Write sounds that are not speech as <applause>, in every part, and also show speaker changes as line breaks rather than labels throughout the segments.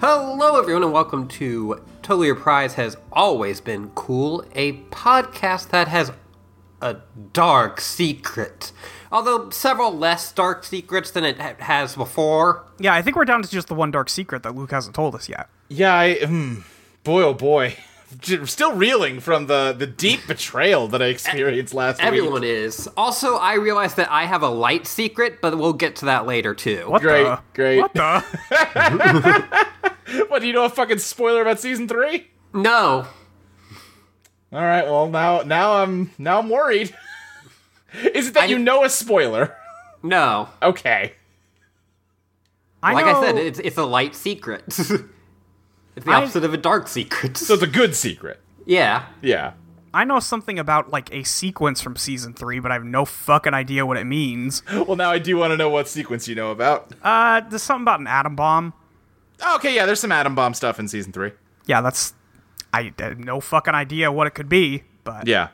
Hello, everyone, and welcome to Totally Your Prize Has Always Been Cool, a podcast that has a dark secret. Although several less dark secrets than it ha- has before.
Yeah, I think we're down to just the one dark secret that Luke hasn't told us yet.
Yeah, I, mm, boy, oh boy, J- still reeling from the the deep betrayal that I experienced last
Everyone
week.
is. Also, I realize that I have a light secret, but we'll get to that later, too.
What
Great,
the?
great.
<laughs>
What the?
<laughs> What do you know? A fucking spoiler about season three?
No.
All right, well now now I'm now I'm worried. <laughs> is it that
I-
you know a spoiler? <laughs>
No.
Okay.
I
Like
know,
I said, it's, it's a light secret. <laughs> it's the opposite of a dark secret.
So it's a good secret.
yeah.
Yeah.
I know something about like a sequence from season three, but I have no fucking idea what it means.
Well, now I do want to know what sequence you know about.
Uh, there's something about an atom bomb.
Okay, yeah, there's some atom bomb stuff in season three.
Yeah, that's I, I have no fucking idea what it could be, but
Yeah.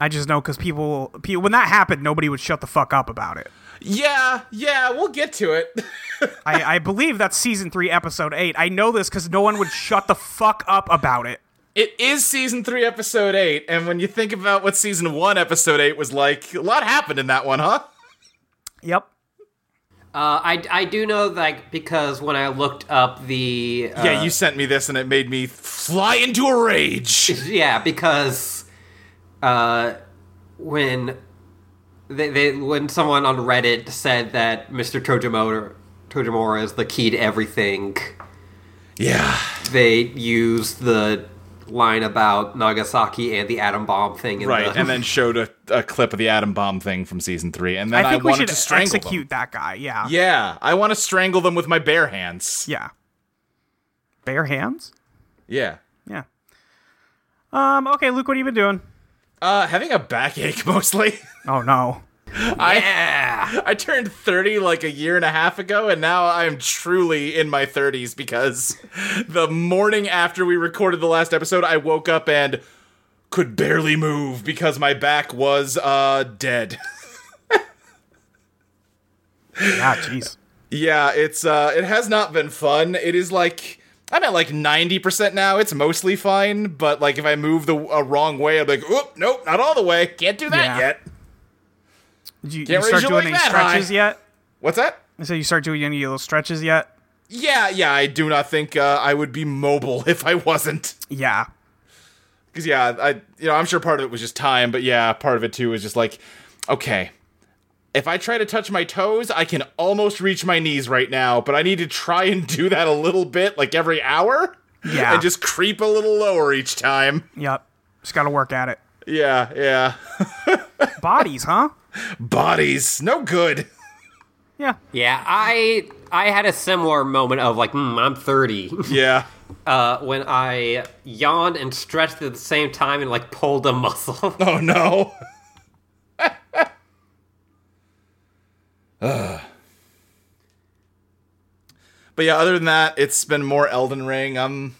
I just know because people, people when that happened, nobody would shut the fuck up about it.
Yeah, yeah, we'll get to it. <laughs>
I, I believe that's season three, episode eight. I know this because no one would shut the fuck up about it.
It is season three, episode eight, and when you think about what season one, episode eight was like, a lot happened in that one, huh?
Yep.
Uh, I, I do know, like, because when I looked up the. Uh,
yeah, you sent me this, and it made me fly into a
<laughs>
rage.
Yeah, because uh, when they, they when someone on Reddit said that Mr. Tojimura, Tojimura is the key to everything,
yeah,
they used the line about Nagasaki and the atom bomb thing. In
right.
the,
And then showed a, a clip of the atom bomb thing from season three, and then
I
I,
think we
wanted
should
to strangle
execute that guy. Yeah.
them. Yeah, I want to strangle them with my bare hands.
Yeah. Bare hands?
Yeah.
Yeah. Um, okay, Luke, what have you been doing?
Uh, having a backache <laughs> mostly.
Oh no.
I I turned 30 like a year and a half ago, and now I'm truly in my 30s because the morning after we recorded the last episode, I woke up and could barely move because my back was uh dead.
Yeah, jeez.
yeah, it's uh it has not been fun. It is like I'm at like 90% now. It's mostly fine, but like if I move the a wrong way, I'm like, "Oop, nope, not all the way. Can't do that
Yeah.
yet."
Did you, you
Can't raise
start
your
doing any
leg that high.
stretches yet?
What's that?
I said you start doing any of those stretches yet?
Yeah, yeah, I do not think uh, I would be mobile <laughs> if I wasn't.
Yeah.
Because yeah, I you know I'm sure part of it was just time, but yeah, part of it too was just like, okay, if I try to touch my toes, I can almost reach my knees right now, but I need to try and do that a little bit, like every hour,
Yeah.
and just creep a little lower each time.
Yep. Just gotta work at it.
Yeah, yeah.
Bodies, huh?
Bodies, no good.
Yeah.
<laughs> yeah, I I had a similar moment of like, mm, I'm
<laughs>
30.
Yeah,
uh, when I yawned and stretched at the same time and like pulled a muscle. <laughs>
oh no. <laughs> Ah. But yeah, other than that, it's been more Elden Ring. I'm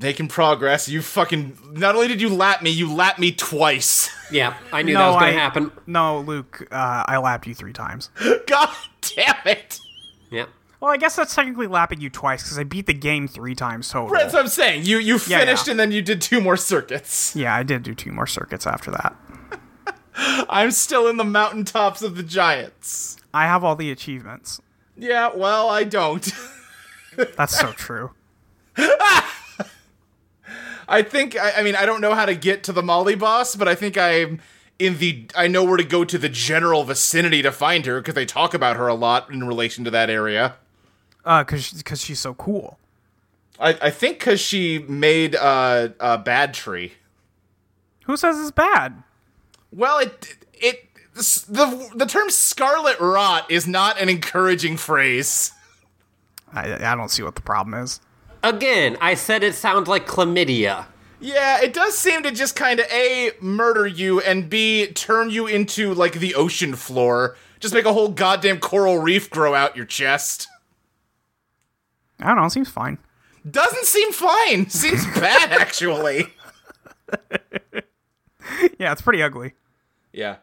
making progress. You fucking not only did you lap me, you lap me twice. <laughs>
yeah, I knew that was going to happen.
No, Luke, uh, I lapped you three times.
God damn it!
Yeah.
Well, I guess that's technically lapping you twice because I beat the game three times total.
That's what I'm saying. You you
Yeah,
finished
yeah.
and then you did two more circuits. <laughs>
Yeah, I did do two more circuits after that.
I'm still in the mountaintops of the giants.
I have all the achievements.
Yeah, well, I don't. <laughs>
That's so true.
I think I, I mean I don't know how to get to the Molly boss, but I think I'm in the I know where to go to the general vicinity to find her because they talk about her a lot in relation to that area.
Uh, cause, she- cause she's so cool.
I, I think because she made uh, a bad tree.
Who says it's bad?
Well, it it this- the the term scarlet rot is not an encouraging phrase.
I, I don't see what the problem is.
Again, I said it sounds like chlamydia.
Yeah, it does seem to just kind of a murder you and b turn you into like the ocean floor. Just make a whole goddamn coral reef grow out your chest.
I don't know. It seems fine.
Doesn't seem
<laughs>
fine. Seems bad actually.
Yeah, it's pretty ugly.
Yeah.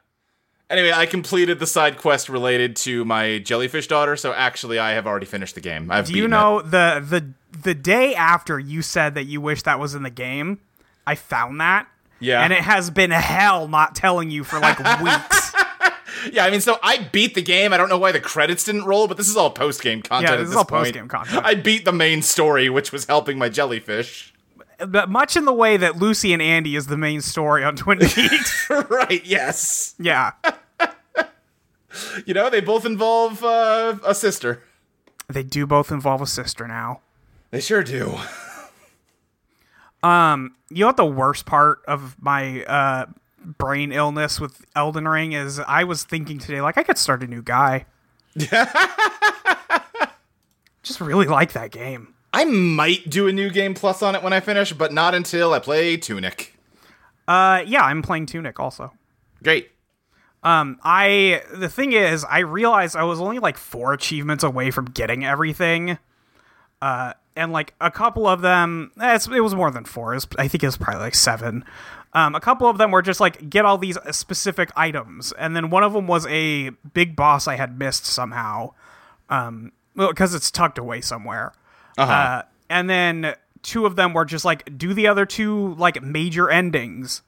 Anyway, I completed the side quest related to my jellyfish daughter, so actually I have already finished the game. I've
Do you
beaten
know the the the day after you said that you wish that was in the game, I found that.
Yeah.
And it has been hell not telling you for like weeks.
it. Yeah, I mean, so I beat the game. I don't know why the credits didn't roll, but this is all post game content.
Yeah,
at
this is all
point.
post-game content.
I beat the main story, which was helping my jellyfish. <laughs>
but much in the way that Lucy and Andy is the main story on Twin Peaks.
right? Yes.
yeah.
You know, they both involve uh, a sister.
They do both involve a sister now.
They sure do.
You know what the worst part of my uh brain illness with Elden Ring is I was thinking today like I could start a new guy. Just really like that game.
I might do a new game plus on it when I finish, but not until I play Tunic.
Uh yeah, I'm playing Tunic also.
Great.
Um, I the thing is, I realized I was only like four achievements away from getting everything, uh, and like a couple of them, eh, it's, it was more than four. It was, I think it was probably like seven. Um, a couple of them were just like get all these specific items, and then one of them was a big boss I had missed somehow, um, well, because it's tucked away somewhere. Uh, and then two of them were just like do the other two like major endings.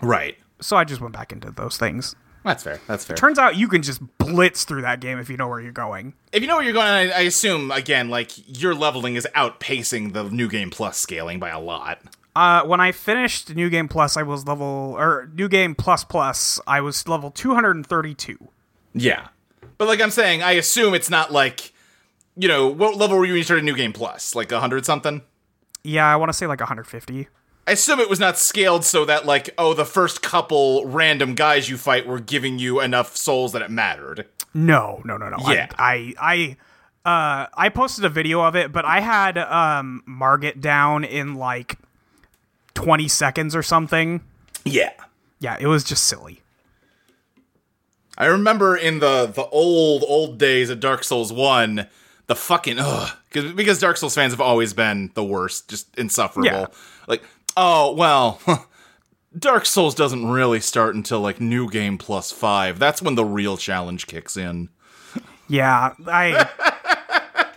Right.
So I just went back and did those things.
That's fair. That's fair.
Turns out you can just blitz through that game if you know where you're going.
if you know where you're going, I, I assume again, like your leveling is outpacing the new game plus scaling by a lot.
Uh, when I finished New Game Plus, I was level or New Game Plus Plus, I was level 232.
Yeah, but like I'm saying, I assume it's not like you know what level were you when you started new game plus, like hundred something.
Yeah, I want to say like 150.
I assume it was not scaled so that like oh the first couple random guys you fight were giving you enough souls that it mattered.
No, no, no, no. I-
Yeah.
I, I, uh, I posted a video of it, but I had um Margit down in like 20 seconds or something.
Yeah.
Yeah, it was just silly.
I remember in the the old old days of Dark Souls One, the fucking ugh, because because Dark Souls fans have always been the worst, just insufferable.
Yeah.
Like, oh well, <laughs> Dark Souls doesn't really start until like New Game Plus Five. That's when the real challenge kicks in.
Yeah, I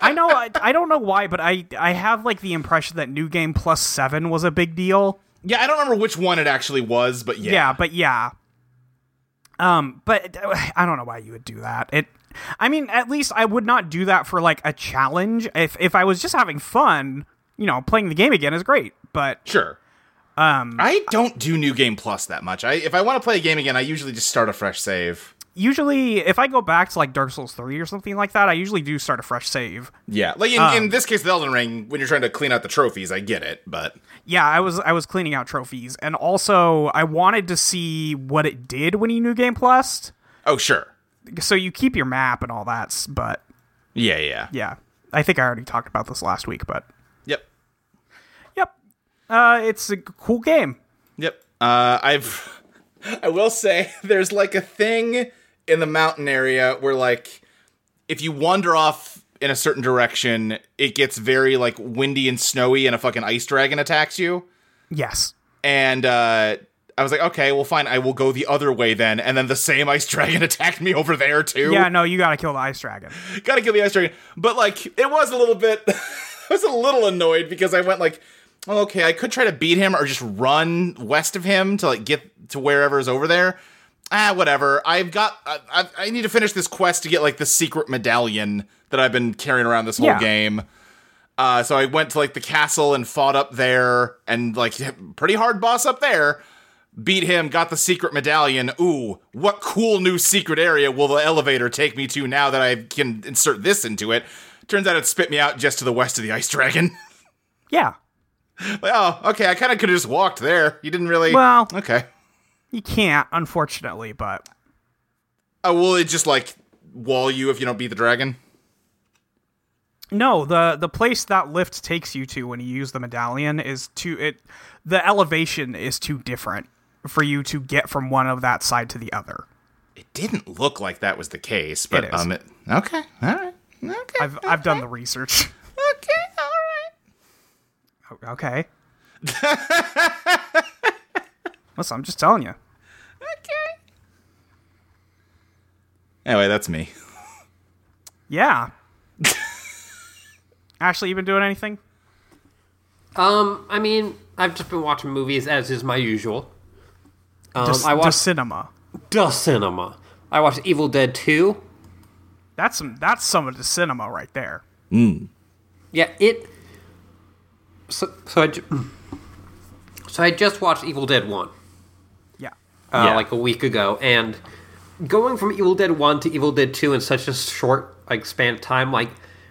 I know I, I don't know why, but I I have like the impression that New Game Plus 7 was a big deal.
Yeah, I don't remember which one it actually was, but yeah,
Yeah, but yeah. Um, but <sighs> uh, I don't know why you would do that. It I mean, at least I would not do that for like a challenge. If if I was just having fun, you know, playing the game again is great, but
sure. Um, I don't do New Game Plus that much. I if I want to play a game again, I usually just start a fresh save.
usually if I go back to like Dark Souls 3 or something like that, I usually do start a fresh save.
Yeah, like in, in this case, the Elden Ring, when you're trying to clean out the trophies, I get it, but
Yeah, I was I was cleaning out trophies and also I wanted to see what it did when you new game plus.
oh sure.
so you keep your map and all that s- but
Yeah, yeah.
yeah i think i already talked about this last week but
Yep.
yep uh, it's a g- cool game
Yep. Uh, I've. <laughs> I will say <laughs> there's like a thing in the mountain area where like if you wander off in a certain direction, it gets very like windy and snowy, and a fucking ice dragon attacks you.
yes
And uh, I was like, okay, well, fine, I will go the other way then. And then the same ice <laughs> dragon attacked me over there too.
yeah no you gotta kill the ice dragon
<laughs> gotta kill the ice dragon. But like, it was a little bit. <laughs> I was a little annoyed because I went like, well, okay, I could try to beat him or just run west of him to like get to wherever is over there. Ah, whatever. I've got. I, I, I need to finish this quest to get like the secret medallion that I've been carrying around this whole
Yeah.
game. Uh, so I went to like the castle and fought up there, and like pretty hard boss up there. beat him, got the secret medallion. Ooh, what cool new secret area will the elevator take me to now that I can insert this into it? Turns out it spit me out just to the west of the ice dragon. <laughs>
Yeah.
well, okay, I kind of could have just walked there. You didn't really.
Well-
okay.
You can't, unfortunately, but
Oh, will it just like wall you if you don't beat the dragon?
no, the the place that lift takes you to when you use the medallion is too it the elevation is too different for you to get from one of that side to the other.
It didn't look like that was the case, but
It is.
um, it, okay, all right, okay,
I've uh I've done the research. <laughs>
okay, all right.
O- Okay. Listen, I'm just telling you.
Anyway, that's me.
Yeah. Ashley, you been doing anything?
Um, I mean, I've just been watching movies as is my usual. Um,
Just
I watched
cinema.
the cinema. I watched Evil Dead Two.
That's some that's some of the cinema right there.
Yeah, it. So, so I. ju- <clears throat> So I just watched Evil Dead One.
Yeah.
uh,
Yeah.
like a week ago, and going from Evil Dead One to Evil Dead Two in such a short like span of time, like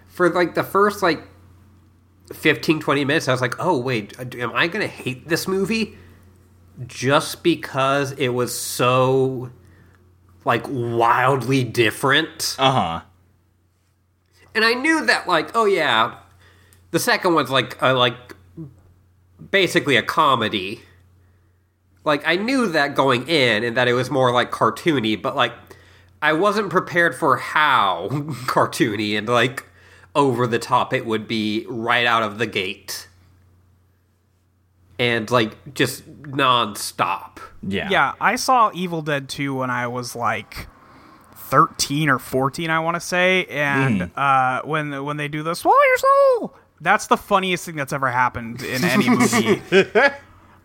for like the first like 15, 20 minutes, I was like, oh wait, am I gonna hate this movie just because it was so like wildly different?
Uh
Uh-huh.
huh.
and I knew that like oh yeah, the second one's like uh, like basically a comedy. Like I knew that going in and that it was more like cartoony, but like I wasn't prepared for how <laughs> cartoony and like over the top it would be right out of the gate. And like just nonstop.
Yeah.
Yeah, I saw Evil Dead 2 when I was like 13 or 14, I want to say, and uh, when when they do the swallow your soul, that's the funniest thing that's ever happened in any movie.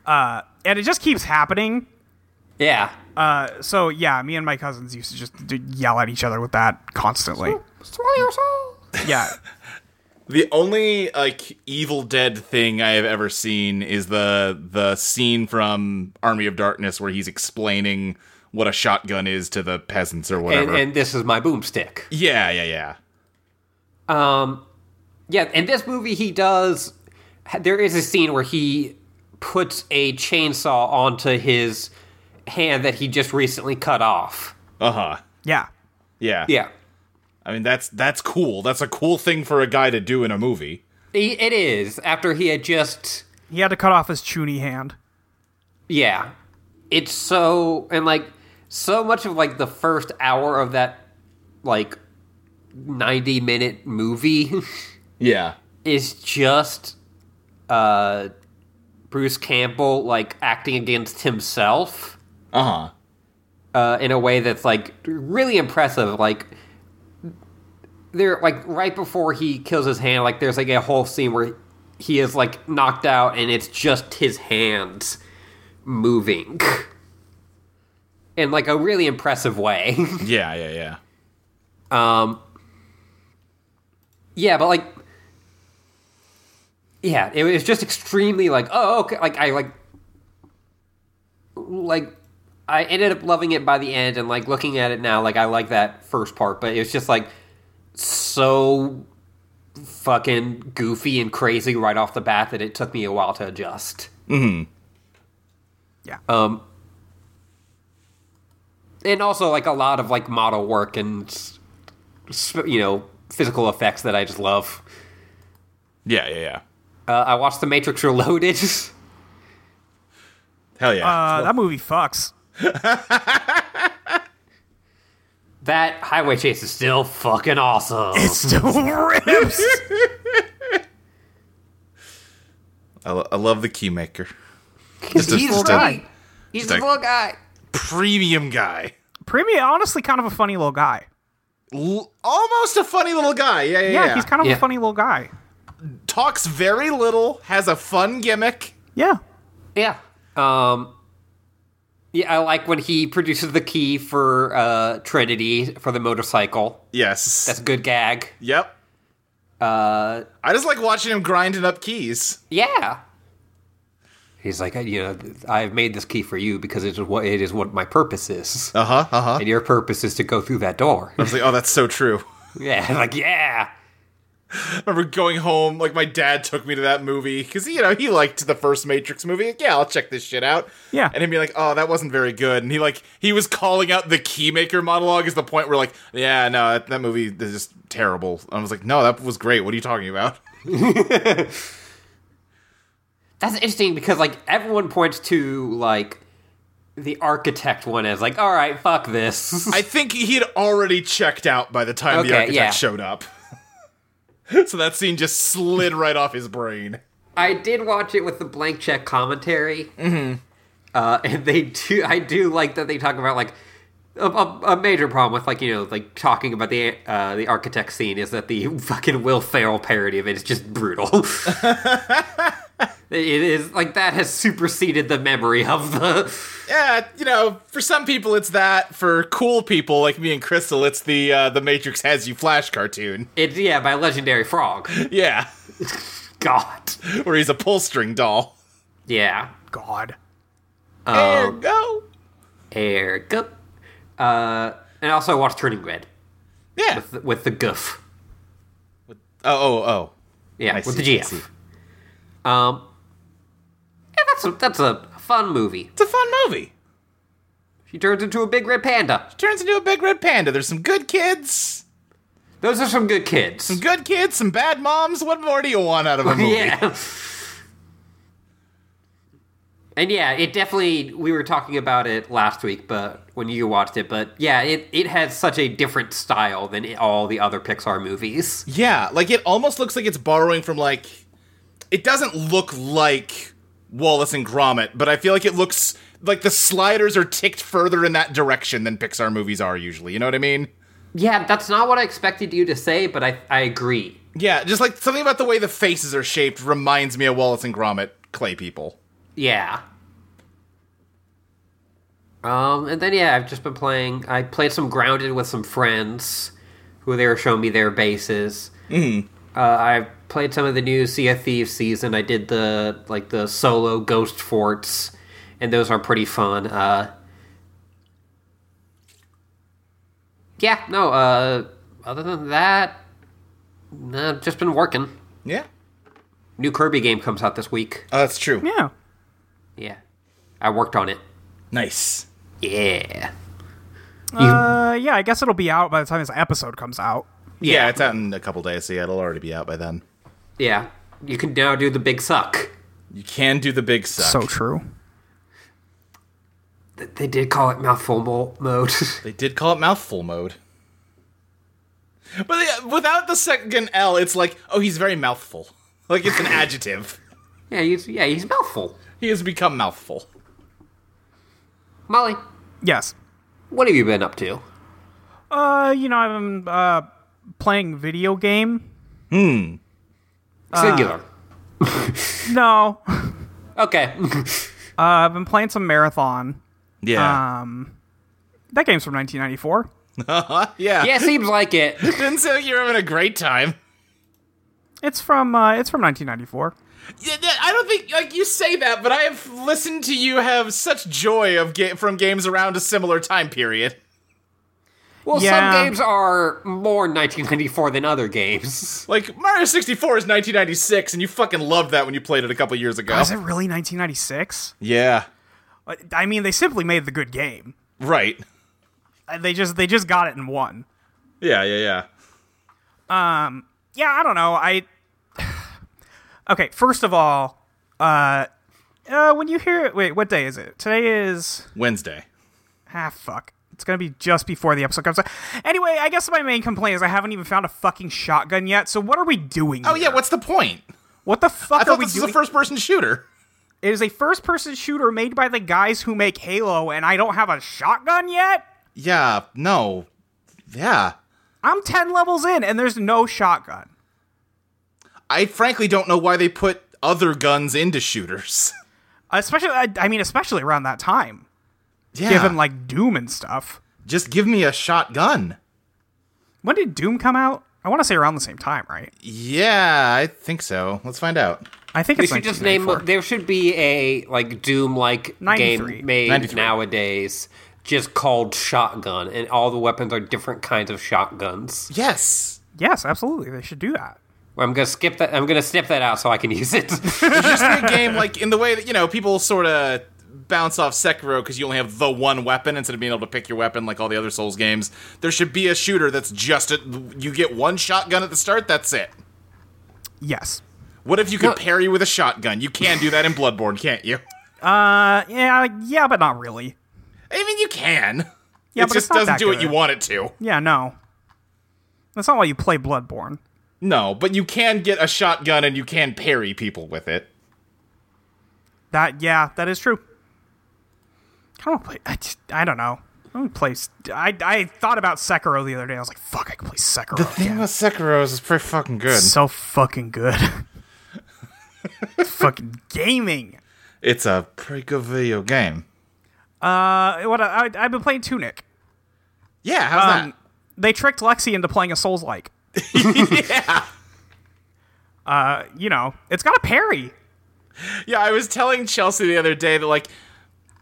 uh, and it just keeps happening.
Yeah.
So yeah, me and my cousins used to just d- yell at each other with that constantly.
Swallow your soul.
Yeah,
The only like Evil Dead thing I have ever seen is the the scene from Army of Darkness where he's explaining what a shotgun is to the peasants or
And,
whatever.
and this is my boomstick.
yeah, yeah, yeah.
Um, yeah, in this movie, he does. There is a scene where he puts a chainsaw onto his hand that he just recently cut off.
Uh huh.
yeah,
Yeah.
Yeah,
I mean that's that's cool. That's a cool thing for a guy to do in a movie.
He- it is after he had just.
he had to cut off his chuny hand.
Yeah, it's so and like so much of like the first hour of that like ninety minute movie <laughs>
Yeah.
is just uh Bruce Campbell like acting against himself.
Uh huh.
uh, in a way that's like really impressive. Like there, like right before he kills his hand, like there's like a whole scene where he is like knocked out, and it's just his hands moving <laughs> in like a really impressive way. <laughs>
Yeah, yeah, yeah.
um, yeah, but like. Yeah, it was just extremely like, oh, okay. Like I like like I ended up loving it by the end and like looking at it now, like I like that first part, but it was just like so fucking goofy and crazy right off the bat that it took me a while to adjust. Mm-hmm.
Yeah.
Um and also like a lot of like model work and sp- you know physical effects that I just love.
Yeah, yeah, yeah.
Uh, I watched The Matrix Reloaded. <laughs>
Hell yeah.
Uh, that movie fucks.
that highway chase is still fucking awesome.
still <laughs> rips.
I, lo- I love the keymaker.
He's
a-
the
just a-
guy. He's
a-
the little guy.
Premium guy.
Premium, honestly, kind of a funny little guy.
L- almost a funny little guy. Yeah, yeah,
Yeah,
yeah.
he's kind of
Yeah.
a funny little guy.
talks very little, has a fun gimmick.
Yeah.
Yeah. Um. Yeah, I like when he produces the key for uh, Trinity for the motorcycle.
Yes.
That's a good gag.
yep.
Uh,
I just like watching him grinding up keys.
yeah. He's like, you know, I've made this key for you because it is what it is what my purpose is,
Uh huh. Uh huh.
and your purpose is to go through that door. <laughs>
I was like, oh, that's so true.
yeah, like yeah,
I remember going home, like my dad took me to that movie because you know he liked the first Matrix movie. Like, yeah, I'll check this shit out.
Yeah.
and him be like, oh, that wasn't very good. And he like he was calling out the Keymaker monologue is the point where like, yeah, no, that, that movie is just terrible. And I was like, no, that was great. What are you talking about?
that's interesting because like everyone points to like the architect one as like, all right, fuck this. <laughs>
I think he had already checked out by the time the
Okay,
architect
yeah.
<laughs>
Mm-hmm. Uh, uh, <laughs> <laughs> <laughs>
uh,
Oh. Uh, Um,
<laughs> Uh, oh,
<laughs> Um, Uh, Uh, uh,
Oh,
<laughs> <laughs> <laughs> They
Uh, Uh, uh, Uh, Uh, <sighs> uh, ah, I think
oh, <laughs> Oh, <laughs>
it's
should just name.
1994.
There should be a like Doom like
93.
game made
93.
nowadays, just called Shotgun, and all the weapons are different kinds of shotguns.
Yes.
Yes, absolutely. They should do that.
I'm gonna skip that. I'm gonna snip that out so I can use it. <laughs>
It's just a <laughs> game like in the way that you know people sort of bounce off Sekiro because you only have the one weapon instead of being able to pick your weapon like all the other Souls games. There should be a shooter that's just a, you get one shotgun at the start. That's it.
Yes.
What if you could
No.
parry with a shotgun? You can do that in Bloodborne, can't you?
Uh, yeah, yeah, but not really.
I mean, you can.
Yeah,
it
but
just
it's not
doesn't
that
do what
good.
you want it to.
Yeah, no. That's not why you play Bloodborne.
No, but you can get a shotgun and you can parry people with it.
That yeah, that is true. I don't play. I, just, I don't know. I don't play. s- I I thought about Sekiro the other day. I was like, fuck, I can play Sekiro. again.
with Sekiro is it's pretty fucking good.
It's so fucking good. fucking gaming.
It's a pretty good video game.
Uh, what I, I I've been playing Tunic.
Yeah, how's
Um, They tricked Lexi into playing a Souls like. yeah. Uh, you know, it's got a parry.
that? Yeah, I was telling Chelsea the other day that like,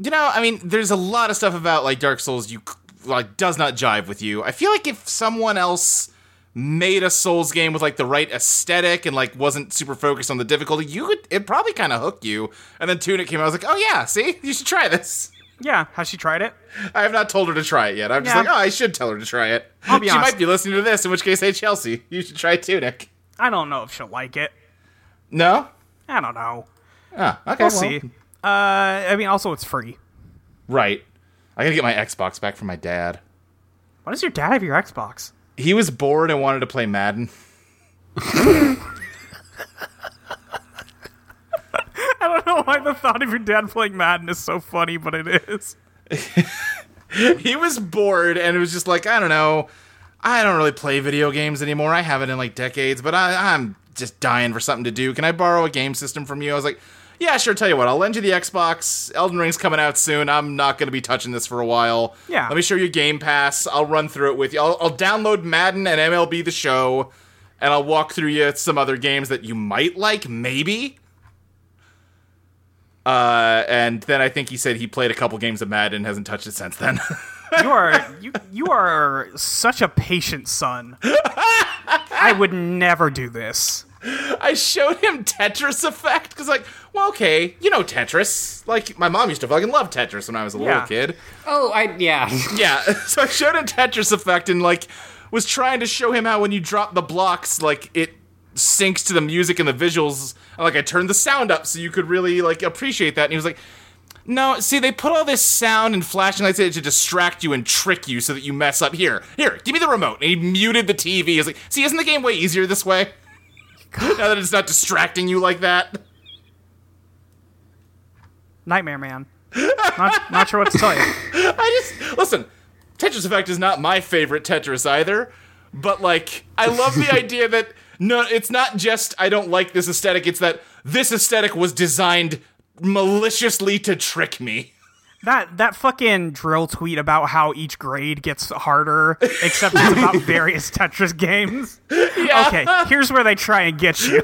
you know, I mean, there's a lot of stuff about like Dark Souls you c- like does not jive with you. I feel like if someone else made a Souls game with like the right aesthetic and like wasn't super focused on the difficulty, you could it probably kind of hook you. And then Tunic came out, I was like, oh yeah, see, you should try this. <laughs>
Yeah, has she tried it?
I have not told her to try it yet. I'm just
Yeah.
like, oh, I should tell her to try it.
I'll be
she
honest.
might be listening to this, in which case, hey, Chelsea, you should try Tunic.
I don't know if she'll like it.
No?
I don't know.
Oh, okay.
We'll
well.
see. Uh, I mean, also it's free.
Right. I gotta get my Xbox back from my dad.
Why does your dad have your Xbox? <laughs>
He was bored and wanted to play Madden.
I don't know why the thought of your dad playing Madden is so funny, but it is.
<laughs> he was bored and it was just like, I don't know. I don't really play video games anymore. I haven't in like decades, but I, I'm just dying for something to do. Can I borrow a game system from you? I was like, yeah, sure. Tell you what, I'll lend you the Xbox. Elden Ring's coming out soon. I'm not going to be touching this for a while.
Yeah.
Let me show you Game Pass. I'll run through it with you. I'll, I'll download Madden and MLB The Show, and I'll walk through you some other games that you might like, maybe. Uh, and then I think he said he played a couple games of Madden and hasn't touched it since then. <laughs>
You are you you are such a patient son. I would never do this.
I showed him Tetris Effect because, like, well, okay, you know Tetris. Like, my mom used to fucking love Tetris when I was a
Yeah.
little kid.
oh, I yeah. <laughs>
Yeah, <laughs> so I showed him Tetris Effect and, like, was trying to show him how when you drop the blocks, like, it syncs to the music and the visuals. And, Like, I turned the sound up so you could really, like, appreciate that. And he was like, no, see, they put all this sound and flashing lights in it to distract you and trick you so that you mess up. Here, here, give me the remote. And he muted the TV. He's like, see, isn't the game way easier this way? <laughs> now that it's not distracting you like that.
Nightmare man. Not not sure what to tell you.
I just listen. Tetris Effect is not my favorite Tetris either, but like I love <laughs> the idea that no, it's not just I don't like this aesthetic. It's that this aesthetic was designed maliciously to trick me.
That that fucking drill tweet about how each grade gets harder, except it's about various Tetris games. Okay, here's where they try and get you.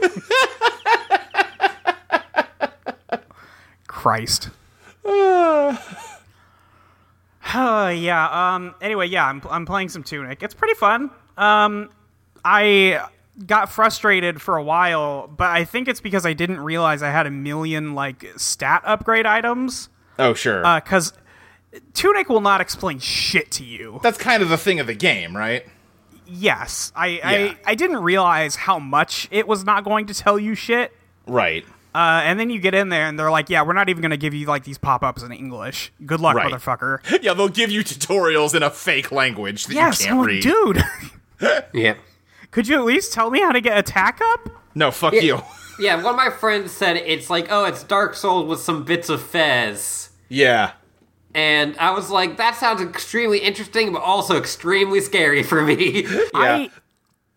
Christ. <sighs> Oh yeah. Um. Anyway, yeah. I'm I'm playing some Tunic. It's pretty fun. Um. I got frustrated for a while, but I think it's because I didn't realize I had a million like stat upgrade items
Oh sure,
because Tunic will not explain shit to you.
that's kind of the thing of the game, right?
Yes, I,
Yeah.
I I didn't realize how much it was not going to tell you shit.
Right.
Uh, and then you get in there and they're like, "Yeah, we're not even going to give you like these pop-ups in English. Good luck,
Right.
motherfucker."
Yeah, they'll give <laughs> you tutorials in a fake language that
yes,
you
I'm like,
can't read.
dude. <laughs>
yeah.
Could you at least tell me how to get attack up?
No, fuck you.
Yeah, one of my friends said it's like, oh, it's Dark Souls with some bits of Fez.
Yeah.
And I was like, that sounds extremely interesting, but also extremely scary for me. <laughs>
I,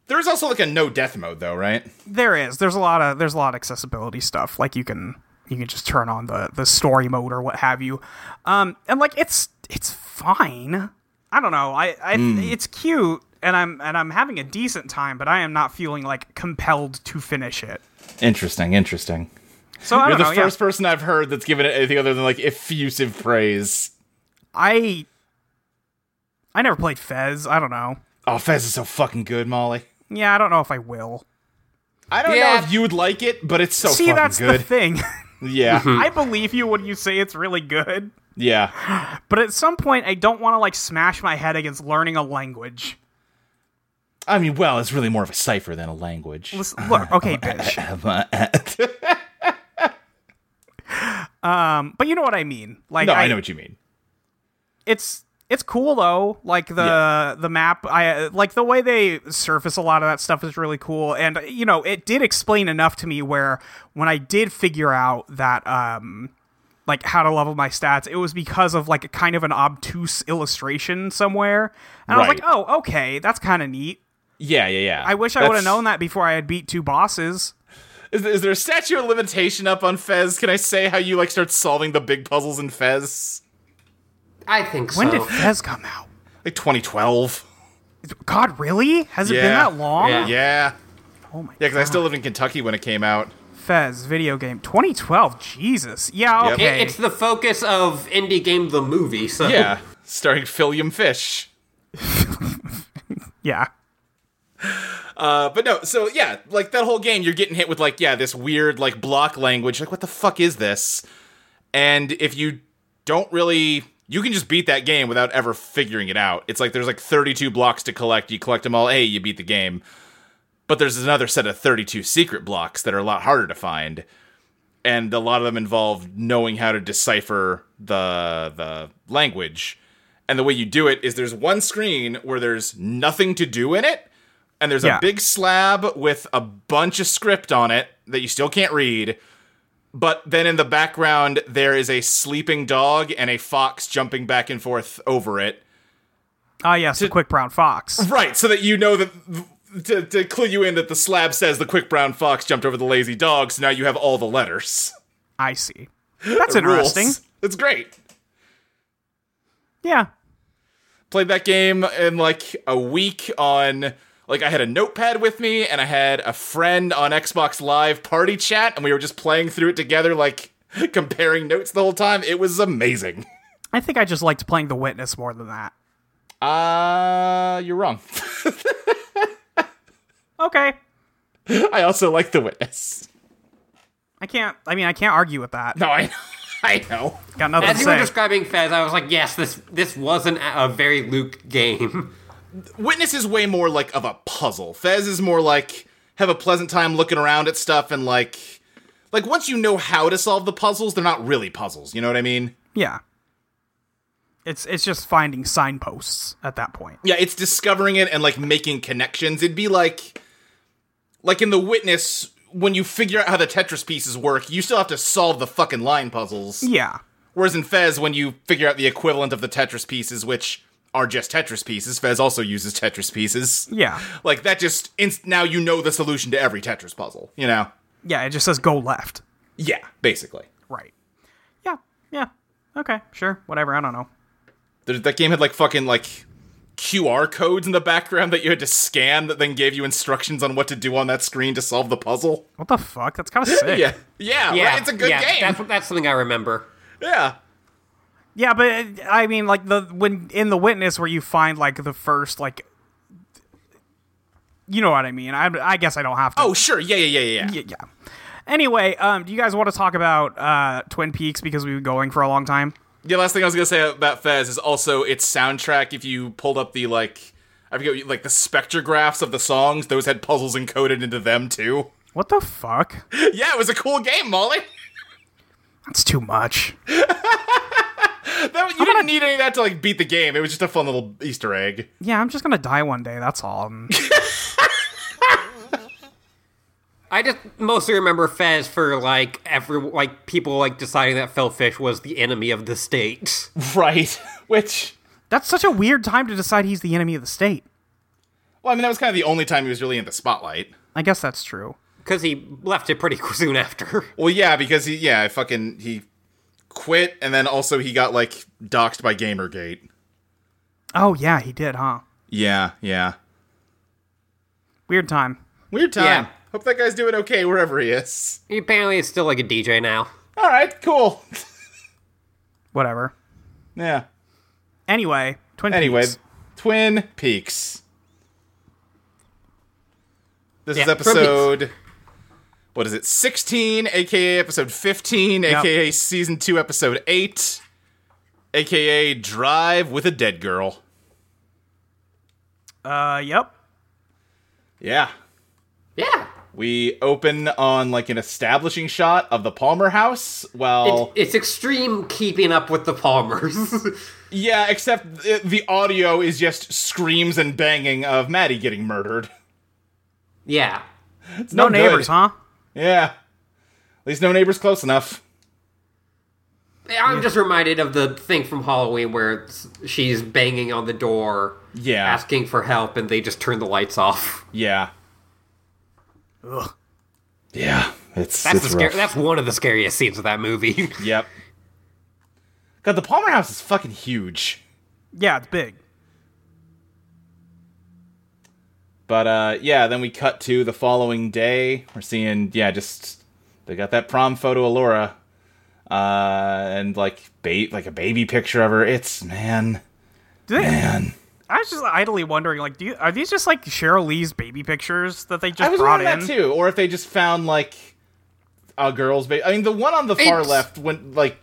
There's also like a no death mode though, right?
there is. There's a lot of there's a lot of accessibility stuff. Like you can you can just turn on the the story mode or what have you. Um, and like it's it's fine. I don't know. I, I
Hmm.
it's cute and I'm and I'm having a decent time, but I am not feeling like compelled to finish it.
Interesting, interesting.
So I don't
You're the
know. yeah.
first person I've heard that's given it anything other than like effusive praise.
I I never played Fez. I don't know.
Oh, Fez is so fucking good, Molly.
Yeah, I don't know if I will.
I don't
Yeah.
know if you would like it, but it's so
See,
fucking
that's
good.
the
<laughs>
thing. <laughs>
yeah,
I believe you when you say it's really good,
yeah.
but at some point I don't want to like smash my head against learning a language.
I mean, well, it's really more of a cipher than a language. <laughs>
Listen, look, okay, bitch. Um, but you know what I mean. Like,
no, I, know what you mean.
it's it's cool though. Like the the map, I like the way they surface a lot of that stuff is really cool. And you know, it did explain enough to me where when I did figure out that um like how to level my stats, it was because of like a kind of an obtuse illustration somewhere. And I was like,
Right.
oh, okay, that's kind of neat.
Yeah, yeah, yeah.
I wish I would have known that before I had beat two bosses.
Is, is there a statute of limitation up on Fez? Can I say how you like start solving the big puzzles in Fez?
I think
When
so.
did Fez come out?
Like 2012.
God, really? Has it been
Yeah.
that long?
Yeah.
Yeah,
Oh my
yeah. Because I still lived in Kentucky when it came out.
Fez video game 2012. Jesus. Yeah.
Yep.
Okay.
It- it's the focus of indie game the movie. So <laughs>
Yeah, starring Philium Fish.
yeah.
Uh, but no, so yeah, like that whole game, you're getting hit with like, yeah, this weird like block language. Like, what the fuck is this? And if you don't really, you can just beat that game without ever figuring it out. It's like there's like 32 blocks to collect. You collect them all, hey, you beat the game. But there's another set of 32 secret blocks that are a lot harder to find. And a lot of them involve knowing how to decipher the the language. And the way you do it is there's one screen where there's nothing to do in it, and there's
Yeah.
a big slab with a bunch of script on it that you still can't read. But then in the background, there is a sleeping dog and a fox jumping back and forth over it.
Ah, yes, the quick brown fox.
Right, so that you know that. To, to clue you in that the slab says the quick brown fox jumped over the lazy dog, so now you have all the letters.
I see. That's
The rules.
interesting.
It's great.
Yeah.
Played that game in like a week on. Like, I had a notepad with me, and I had a friend on Xbox Live party chat, and we were just playing through it together, like <laughs> comparing notes the whole time. It was amazing.
I think I just liked playing The Witness more than that.
Uh, you're wrong.
Okay.
<laughs> I also like The Witness.
I can't. I mean, I can't argue with that.
No, I <laughs> know. I know.
Got nothing
As
to
you were
say.
describing Fez, I was like, yes, this this wasn't a a very Luke game.
Witness is way more like of a puzzle. Fez is more like have a pleasant time looking around at stuff and like like once you know how to solve the puzzles, they're not really puzzles, you know what I mean?
yeah. It's it's just finding signposts at that point.
Yeah, it's discovering it and like making connections. It'd be like like in the Witness when you figure out how the Tetris pieces work, you still have to solve the fucking line puzzles.
Yeah.
Whereas in Fez, when you figure out the equivalent of the Tetris pieces, which are just Tetris pieces, Fez also uses Tetris pieces.
Yeah.
Like that just inst- now you know the solution to every Tetris puzzle, you know?
Yeah. It just says go left.
Yeah, basically.
Right. Yeah. Yeah. Okay. Sure. Whatever. I don't know.
There- That game had like fucking like QR codes in the background that you had to scan that then gave you instructions on what to do on that screen to solve the puzzle. <laughs>
What the fuck? That's kind of sick.
Yeah. <laughs> Yeah,
Yeah,
right? it's a good
yeah,
game.
That's that's something I remember.
yeah.
Yeah, but uh, I mean, like the when in the witness where you find like the first like, you know what I mean. I, I guess I don't have to.
Oh, sure. Yeah, yeah, yeah, yeah.
yeah. yeah. Anyway, um, do you guys want to talk about uh, Twin Peaks because we've been going for a long time?
The last thing I was going to say about Fez is also its soundtrack. If you pulled up the like I forget what- like the spectrographs of the songs, those had puzzles encoded into them too. <laughs>
What the fuck?
Yeah, it was a cool game, Molly.
That's too much.
That, you didn't need any of that to like beat the game. It was just a fun little Easter egg.
Yeah, I'm just gonna die one day. That's all. <laughs> Um,
I just mostly remember Fez for like every like people like deciding that Phil Fish was the enemy of the state.
<laughs>
<laughs>
Right. <laughs> Which
That's such a weird time to decide he's the enemy of the state.
well, I mean that was kind of the only time he was really in the spotlight.
I guess that's true.
Because he left it pretty <laughs> soon after.
Well, yeah, because he yeah, fucking he quit and then also he got like doxxed by Gamergate.
Oh yeah, he did, huh?
Yeah, yeah.
Weird time.
Weird time.
Yeah.
Hope that guy's doing okay wherever he is.
He apparently is still like a DJ now.
All right, cool. <laughs>
Whatever.
yeah.
Anyway, Twin
Anyway,
Peaks.
Twin Peaks. This
Yeah,
is
Twin Peaks.
episode. What is it? 16, aka episode 15,
Yep.
aka season 2, episode 8, aka Drive with a Dead Girl.
Uh, yep.
Yeah.
Yeah.
We open on like an establishing shot of the Palmer house. Well,
It, it's extreme keeping up with the
<laughs>
Palmers.
yeah, except th- the audio is just screams and banging of Maddie getting murdered. <laughs>
yeah.
It's
No
not good.
neighbors, huh?
Yeah. At least no neighbors close enough.
I'm just reminded of the thing from Halloween where s- she's banging on the door,
Yeah.
asking for help, and they just turn the lights off.
Yeah.
Ugh.
Yeah. It's
That's
it's
the scar-
rough.
That's one of the scariest scenes of that movie. <laughs>
Yep. God, the Palmer house is fucking huge.
Yeah, it's big.
But uh yeah, then we cut to the following day. We're seeing yeah, just they got that prom photo of Laura. Uh and like bait like a baby picture of her. It's man.
Do they,
Man.
I was just idly wondering, like, do you, are these just like Cheryl Lee's baby pictures that they
I
just
was
brought
wondering
in?
that too. Or if they just found like a girl's baby. I mean the one on the far
It's-
left when like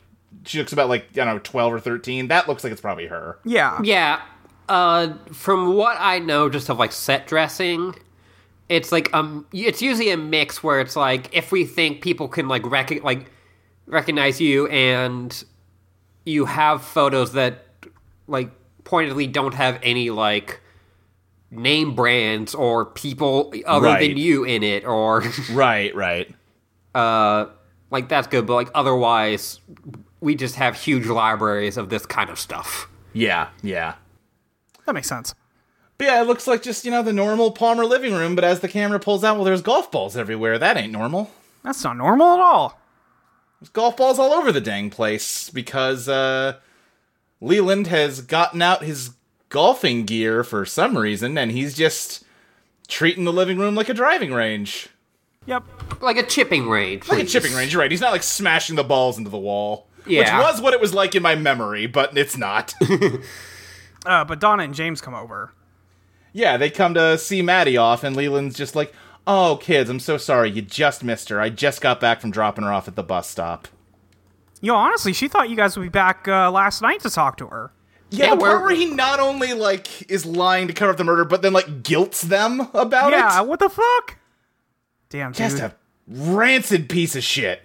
she looks about like, I don't know, twelve or thirteen. That looks like it's probably her.
Yeah.
yeah. Uh, from what I know, just of like set dressing, it's like um, it's usually a mix where it's like if we think people can like rec- like recognize you, and you have photos that like pointedly don't have any like name brands or people other
Right.
than you in it or <laughs>
Right, right.
uh like that's good but like otherwise we just have huge libraries of this kind of stuff
Yeah, yeah.
That makes sense.
But yeah, it looks like just, you know, the normal Palmer living room, but as the camera pulls out, well, there's golf balls everywhere. That ain't normal.
That's not normal at all.
There's golf balls all over the dang place because uh Leland has gotten out his golfing gear for some reason and he's just treating the living room like a driving range.
Yep.
like a chipping range
Like a
please.
chipping range, you're right. He's not like smashing the balls into the wall.
Yeah.
Which was what it was like in my memory, but it's not.
Uh, but Donna and James come over.
Yeah, they come to see Maddie off, and Leland's just like, "Oh, kids, I'm so sorry. You just missed her. I just got back from dropping her off at the bus stop."
Yo, honestly, she thought you guys would be back uh, last night to talk to her.
Yeah,
Yeah,
the part
we're-
where he not only like is lying to cover up the murder, but then like guilts them about
yeah.
it.
What the fuck? Damn, dude.
Just a rancid piece of shit.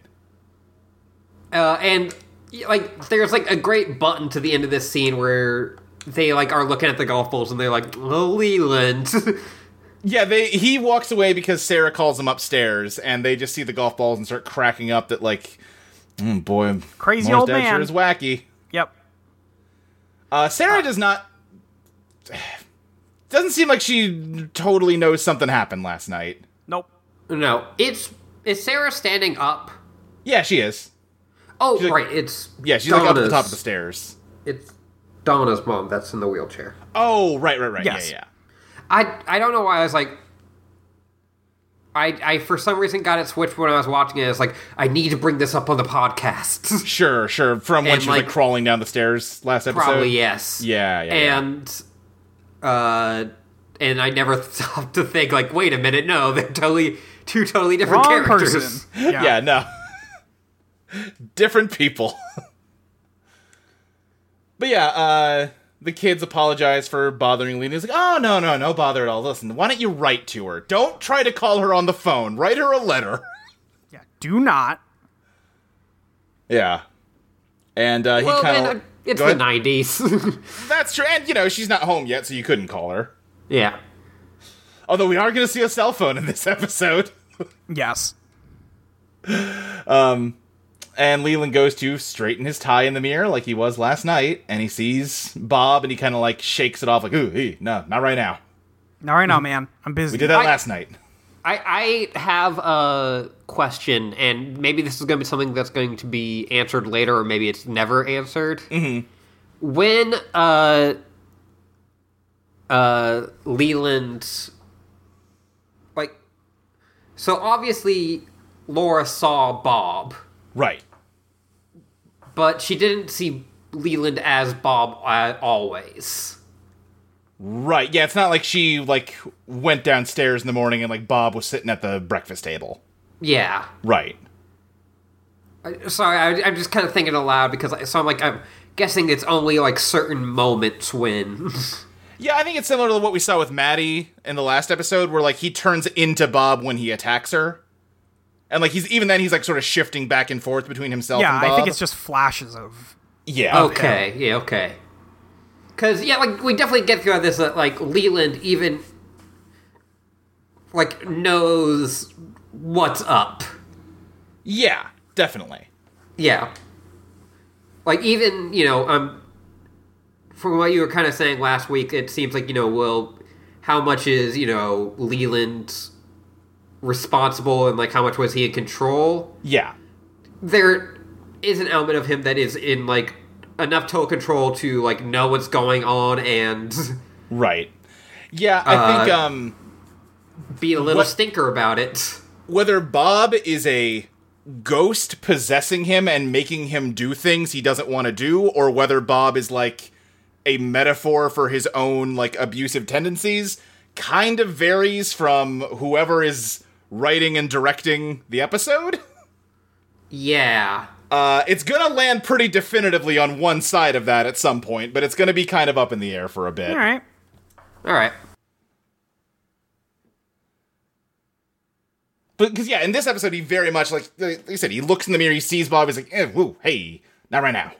uh and y- like there's like a great button to the end of this scene where they like are looking at the golf balls and they're like oh leland <laughs>
Yeah, they he walks away because Sarah calls him upstairs, and they just see the golf balls and start cracking up. That like, mm, boy,
Crazy
Morris
old
Dad
man."
sure is wacky.
Yep.
Uh,
Ah.
Sarah does not. Doesn't seem like she totally knows something happened last night.
Nope.
no it's is sarah standing up
Yeah, she is.
oh
like-
right it's
Yeah, she's like up at the top of the
Donna's-
stairs.
it's donna's mom that's in the wheelchair
Oh, right, right, right.
Yes.
Yeah, yeah.
I I don't know why I was like. I, I for some reason got it switched when I was watching it. It's like I need to bring this up on the podcast. <laughs>
Sure, sure. From when
And,
she was like,
like,
crawling down the stairs last episode.
Probably yes.
Yeah, yeah, yeah.
And uh, and I never <laughs> stopped to think like, wait a minute, no, they're totally two totally different
Wrong
characters.
<laughs>
person.
Yeah, no. Different people. <laughs> but yeah, uh the kids apologize for bothering Lena. He's like, oh no, no, no bother at all. Listen, why don't you write to her? Don't try to call her on the phone. Write her a letter. <laughs>
Yeah. Do not.
Yeah. And uh, he
Well,
kind
and,
of
uh, it's the nineties. <laughs>
That's true, and you know she's not home yet, so you couldn't call her.
yeah.
Although we are going to see a cell phone in this <laughs> episode.
Yes.
And Leland goes to straighten his tie in the mirror like he was last night, and he sees Bob and he kind of like shakes it off, like, ooh, hey, no, not right now.
Not right now, man. I'm busy.
Mm-hmm. We did that
I-
last night.
I, I have a question, and maybe this is going to be something that's going to be answered later, or maybe it's never answered. Mm-hmm. When uh, uh, Leland, like, So obviously, Laura saw Bob,
Right.
but she didn't see Leland as Bob uh, always.
Right. Yeah, it's not like she like went downstairs in the morning and like Bob was sitting at the breakfast table.
Yeah.
Right.
I- Sorry, I, I'm just kind of thinking aloud because I, so I'm like I'm guessing it's only like certain moments when
Yeah, I think it's similar to what we saw with Maddie in the last episode where like he turns into Bob when he attacks her. And like he's even then he's like sort of shifting back and forth between himself
Yeah,
and Bob.
I think it's just flashes of.
Yeah.
Okay, yeah, okay. Because yeah, like we definitely get throughout this that like Leland even like knows what's up.
Yeah, definitely.
Yeah, like even you know um from what you were kind of saying last week, it seems like you know well how much is you know Leland responsible and like how much was he in control?
Yeah.
there is an element of him that is in like enough total control to like know what's going on and <laughs>
Right. Yeah, I think
Uh,
um
be a little
What-
stinker about it.
whether Bob is a ghost possessing him and making him do things he doesn't want to do, or whether Bob is like a metaphor for his own like abusive tendencies, kind of varies from whoever is writing and directing the episode.
Yeah.
Uh, it's gonna land pretty definitively on one side of that at some point, but it's gonna be kind of up in the air for a bit.
All right.
All right.
But because yeah, in this episode, he very much like like I said, he looks in the mirror, he sees Bob, he's like, eh, woo, hey, not right now.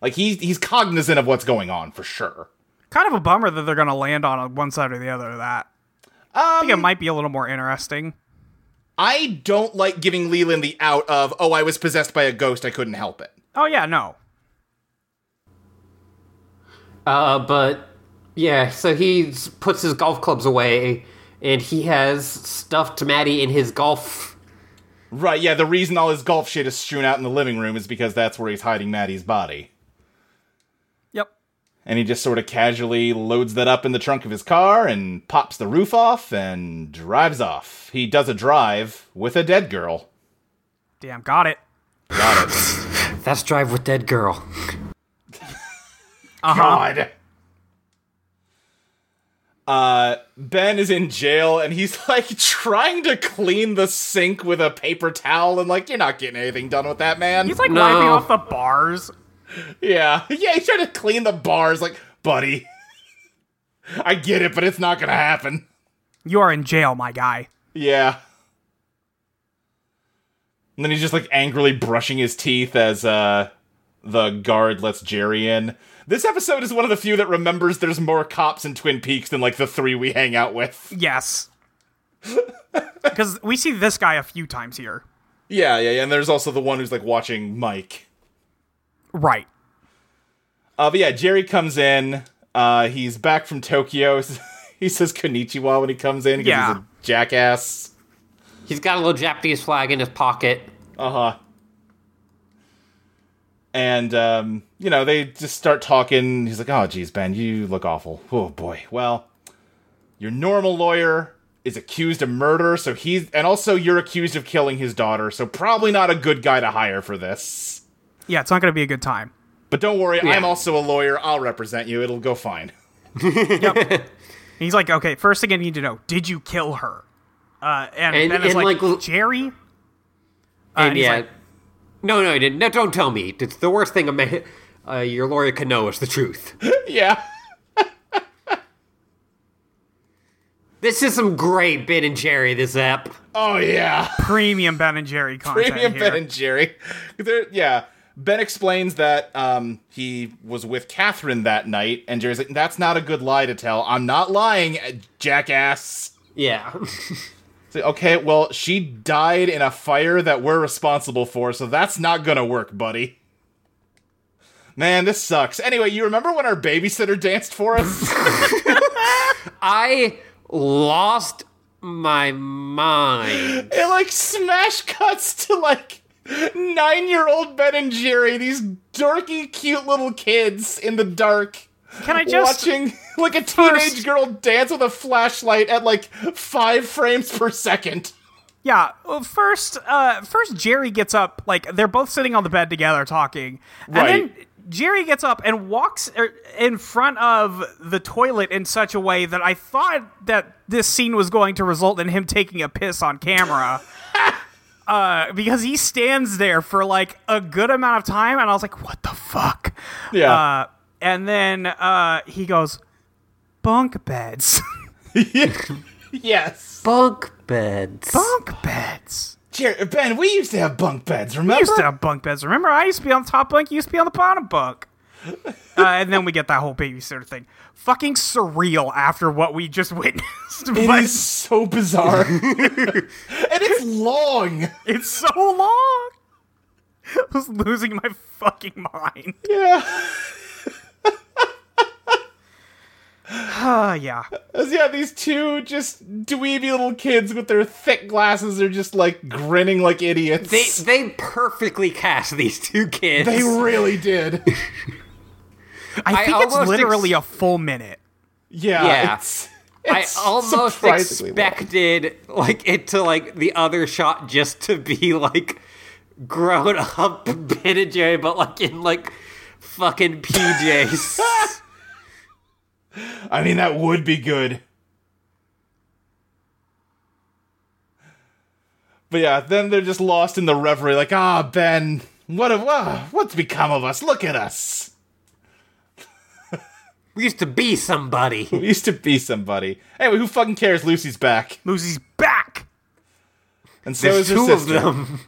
Like he's he's cognizant of what's going on for sure.
Kind of a bummer that they're going to land on one side or the other of that. I think it might be a little more interesting.
Um, I don't like giving Leland the out of oh, I was possessed by a ghost, I couldn't help it.
Oh yeah, no.
Uh, but yeah, so he s- puts his golf clubs away and he has stuffed Maddie in his golf.
Right? Yeah, the reason all his golf shit is strewn out in the living room is because that's where he's hiding Maddie's body,
Yep.
and he just sort of casually loads that up in the trunk of his car and pops the roof off and drives off. He does a drive with a dead girl.
Damn, got it.
That's drive with dead girl.
God. Uh, ben is in jail and he's like trying to clean the sink with a paper towel and like you're not getting anything done with that man.
He's like
No.
wiping off the bars.
yeah, <laughs> yeah, he's trying to clean the bars. Like, buddy, <laughs> I get it, but it's not gonna happen.
You are in jail, my guy.
Yeah. And then he's just like angrily brushing his teeth as uh the guard lets Jerry in. This episode is one of the few that remembers there's more cops in Twin Peaks than like the three we hang out with.
Yes. Because we see this guy a few times here.
Yeah, yeah, yeah. And there's also the one who's like watching Mike.
Right.
Uh, but yeah, Jerry comes in. Uh, he's back from Tokyo. <laughs> he says konnichiwa when he comes in because he's
Yeah.
a jackass.
He's got a little Japanese flag in his pocket.
Uh huh. And um, you know, they just start talking. He's like, "Oh, geez, Ben, you look awful. Oh boy. Well, your normal lawyer is accused of murder, so he's, and also you're accused of killing his daughter, so probably not a good guy to hire for this.
Yeah, it's not going to be a good time.
But don't worry,
Yeah.
I'm also a lawyer. I'll represent you. It'll go fine. <laughs>
He's like, okay, first thing I need to know: did you kill her? Uh, and,
And-
Ben is
and,
like,
like,
Jerry. Uh,
and,
and he's
yeah.
like,
no, no, I didn't. No, don't tell me. It's the worst thing a man, uh, your lawyer can know is the truth.
yeah.
This is some great Ben and Jerry this app.
Oh yeah.
premium Ben and Jerry content
Premium
here.
Ben and Jerry. They're- yeah. Ben explains that um, he was with Catherine that night, and Jerry's like, "That's not a good lie to tell. I'm not lying, uh, jackass."
Yeah. <laughs>
It's like, okay, well, she died in a fire that we're responsible for, so that's not gonna work, buddy. Man, this sucks. Anyway, you remember when our babysitter danced for us?
<laughs>
I lost my mind.
it like smash cuts to like nine year old Ben and Jerry, these dorky, cute little kids in the dark.
Can I just
watching <laughs> like a teenage girl dance with a flashlight at like five frames per second.
Yeah. well, First, uh, first Jerry gets up. Like they're both sitting on the bed together talking, and
Right.
then Jerry gets up and walks er, in front of the toilet in such a way that I thought that this scene was going to result in him taking a piss on camera. Uh, because he stands there for like a good amount of time, and I was like, "What the fuck?"
Yeah.
Uh, and then uh, he goes, "Bunk beds, <laughs>
yes.
Bunk beds.
bunk beds."
Jer- ben, we used to have bunk beds, remember?
used to have bunk beds. Remember, I used to be on the top bunk. You used to be on the bottom bunk. uh, and then we get that whole babysitter thing. Fucking surreal after what we just <laughs> witnessed.
It
but
is so bizarre. <laughs> and it's long.
it's so long. <laughs> I was losing my fucking mind.
Yeah.
Uh, yeah.
As, Yeah, these two just dweeby little kids with their thick glasses are just like grinning like idiots.
They they perfectly cast these two kids. <laughs>
They really did.
I
I
think it's
almost ex-
literally a full minute.
Yeah.
Yeah.
It's, <laughs>
I
it's
almost
surprisingly long.
expected like it to like the other shot just to be like grown up <laughs> Ben and Jerry, but like in like fucking PJs.
I mean, that would be good. But yeah, then they're just lost in the reverie, like, ah, Ben, what, have, ah, what's become of us? Look at us.
we used to be somebody.
We <laughs> used to be somebody. Anyway, who fucking cares? Lucy's back,
Lucy's back.
and so
There's
is her
two of
sister.
them.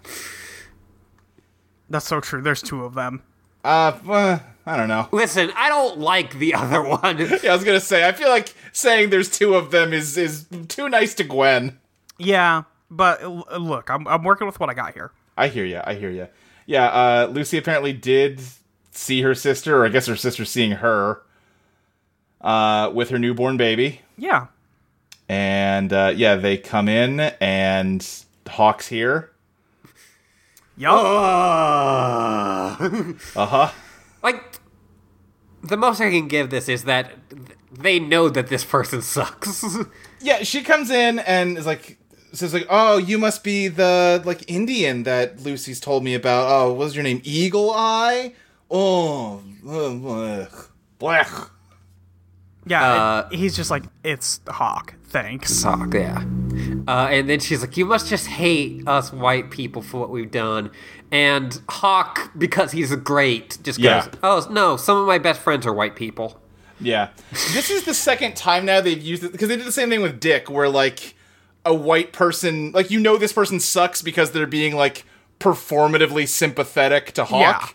That's so true. There's two of them.
Uh, well, I don't know.
Listen, I don't like the other one.
Yeah, I was gonna say. I feel like saying there's two of them is is too nice to Gwen.
Yeah, but l- look, I'm, I'm working with what I got here.
I hear ya. I hear ya. Yeah, uh, Lucy apparently did see her sister, or I guess her sister seeing her, uh, with her newborn baby.
Yeah.
And uh, yeah, they come in, and Hawk's here.
Yup.
<laughs>
Uh
Uh huh.
Like the most I can give this is that th- they know that this person sucks. <laughs>
Yeah, she comes in and is like, says like, "Oh, you must be the like Indian that Lucy's told me about. Oh, what was your name? Eagle Eye. Oh, blech. blech."
yeah.
Uh,
and he's just like, it's Hawk. Thanks.
Talk, yeah. Uh, and then she's like, "You must just hate us white people for what we've done." And Hawk, because he's great, just
Yeah.
goes, "Oh no, some of my best friends are white people."
Yeah. this is the second time now they've used it because they did the same thing with Dick, where like a white person, like you know, this person sucks because they're being like performatively sympathetic to Hawk,
Yeah.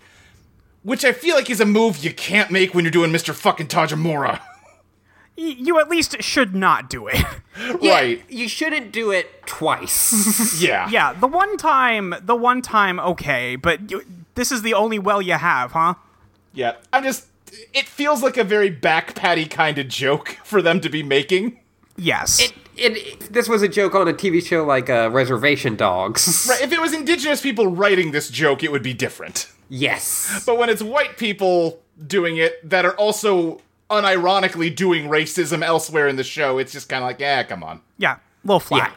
which I feel like is a move you can't make when you're doing Mr. Fucking <laughs> Tajamura.
Y- you at least should not do it. <laughs>
right.
You shouldn't do it
<laughs>
twice.
Yeah.
yeah, the one time, the one time, okay, but you, this is the only well you have, huh?
Yeah. I'm just. It feels like a very back patty kind of joke <laughs> for them to be making.
Yes.
it, this was a joke on a TV show like uh, Reservation Dogs.
Right, If it was indigenous people writing this joke, it would be different.
Yes.
But when it's white people doing it that are also unironically doing racism elsewhere in the show, it's just kind of like, yeah, come on.
yeah, a little
Yeah.
flat.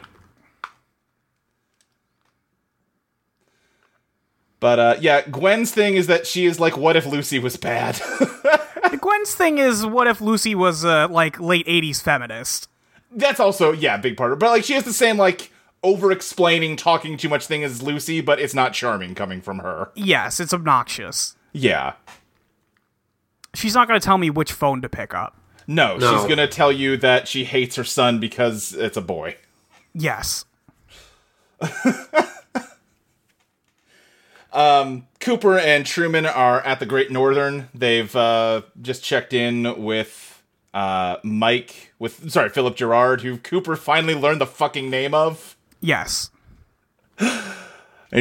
But uh, yeah, Gwen's thing is that she is like, what if Lucy was bad? <laughs>
The Gwen's thing is, what if Lucy was uh, like late '80s feminist?
That's also yeah, a big part of it. But like, she has the same like over-explaining, talking too much thing as Lucy, but it's not charming coming from her.
Yes, it's obnoxious.
Yeah.
She's not going to tell me which phone to pick up.
No,
No.
she's gonna tell you that she hates her son because it's a boy.
Yes.
Cooper and Truman are at the Great Northern. They've uh, just checked in with uh, Mike, with sorry Philip Gerard, who Cooper finally learned the fucking name of.
Yes.
And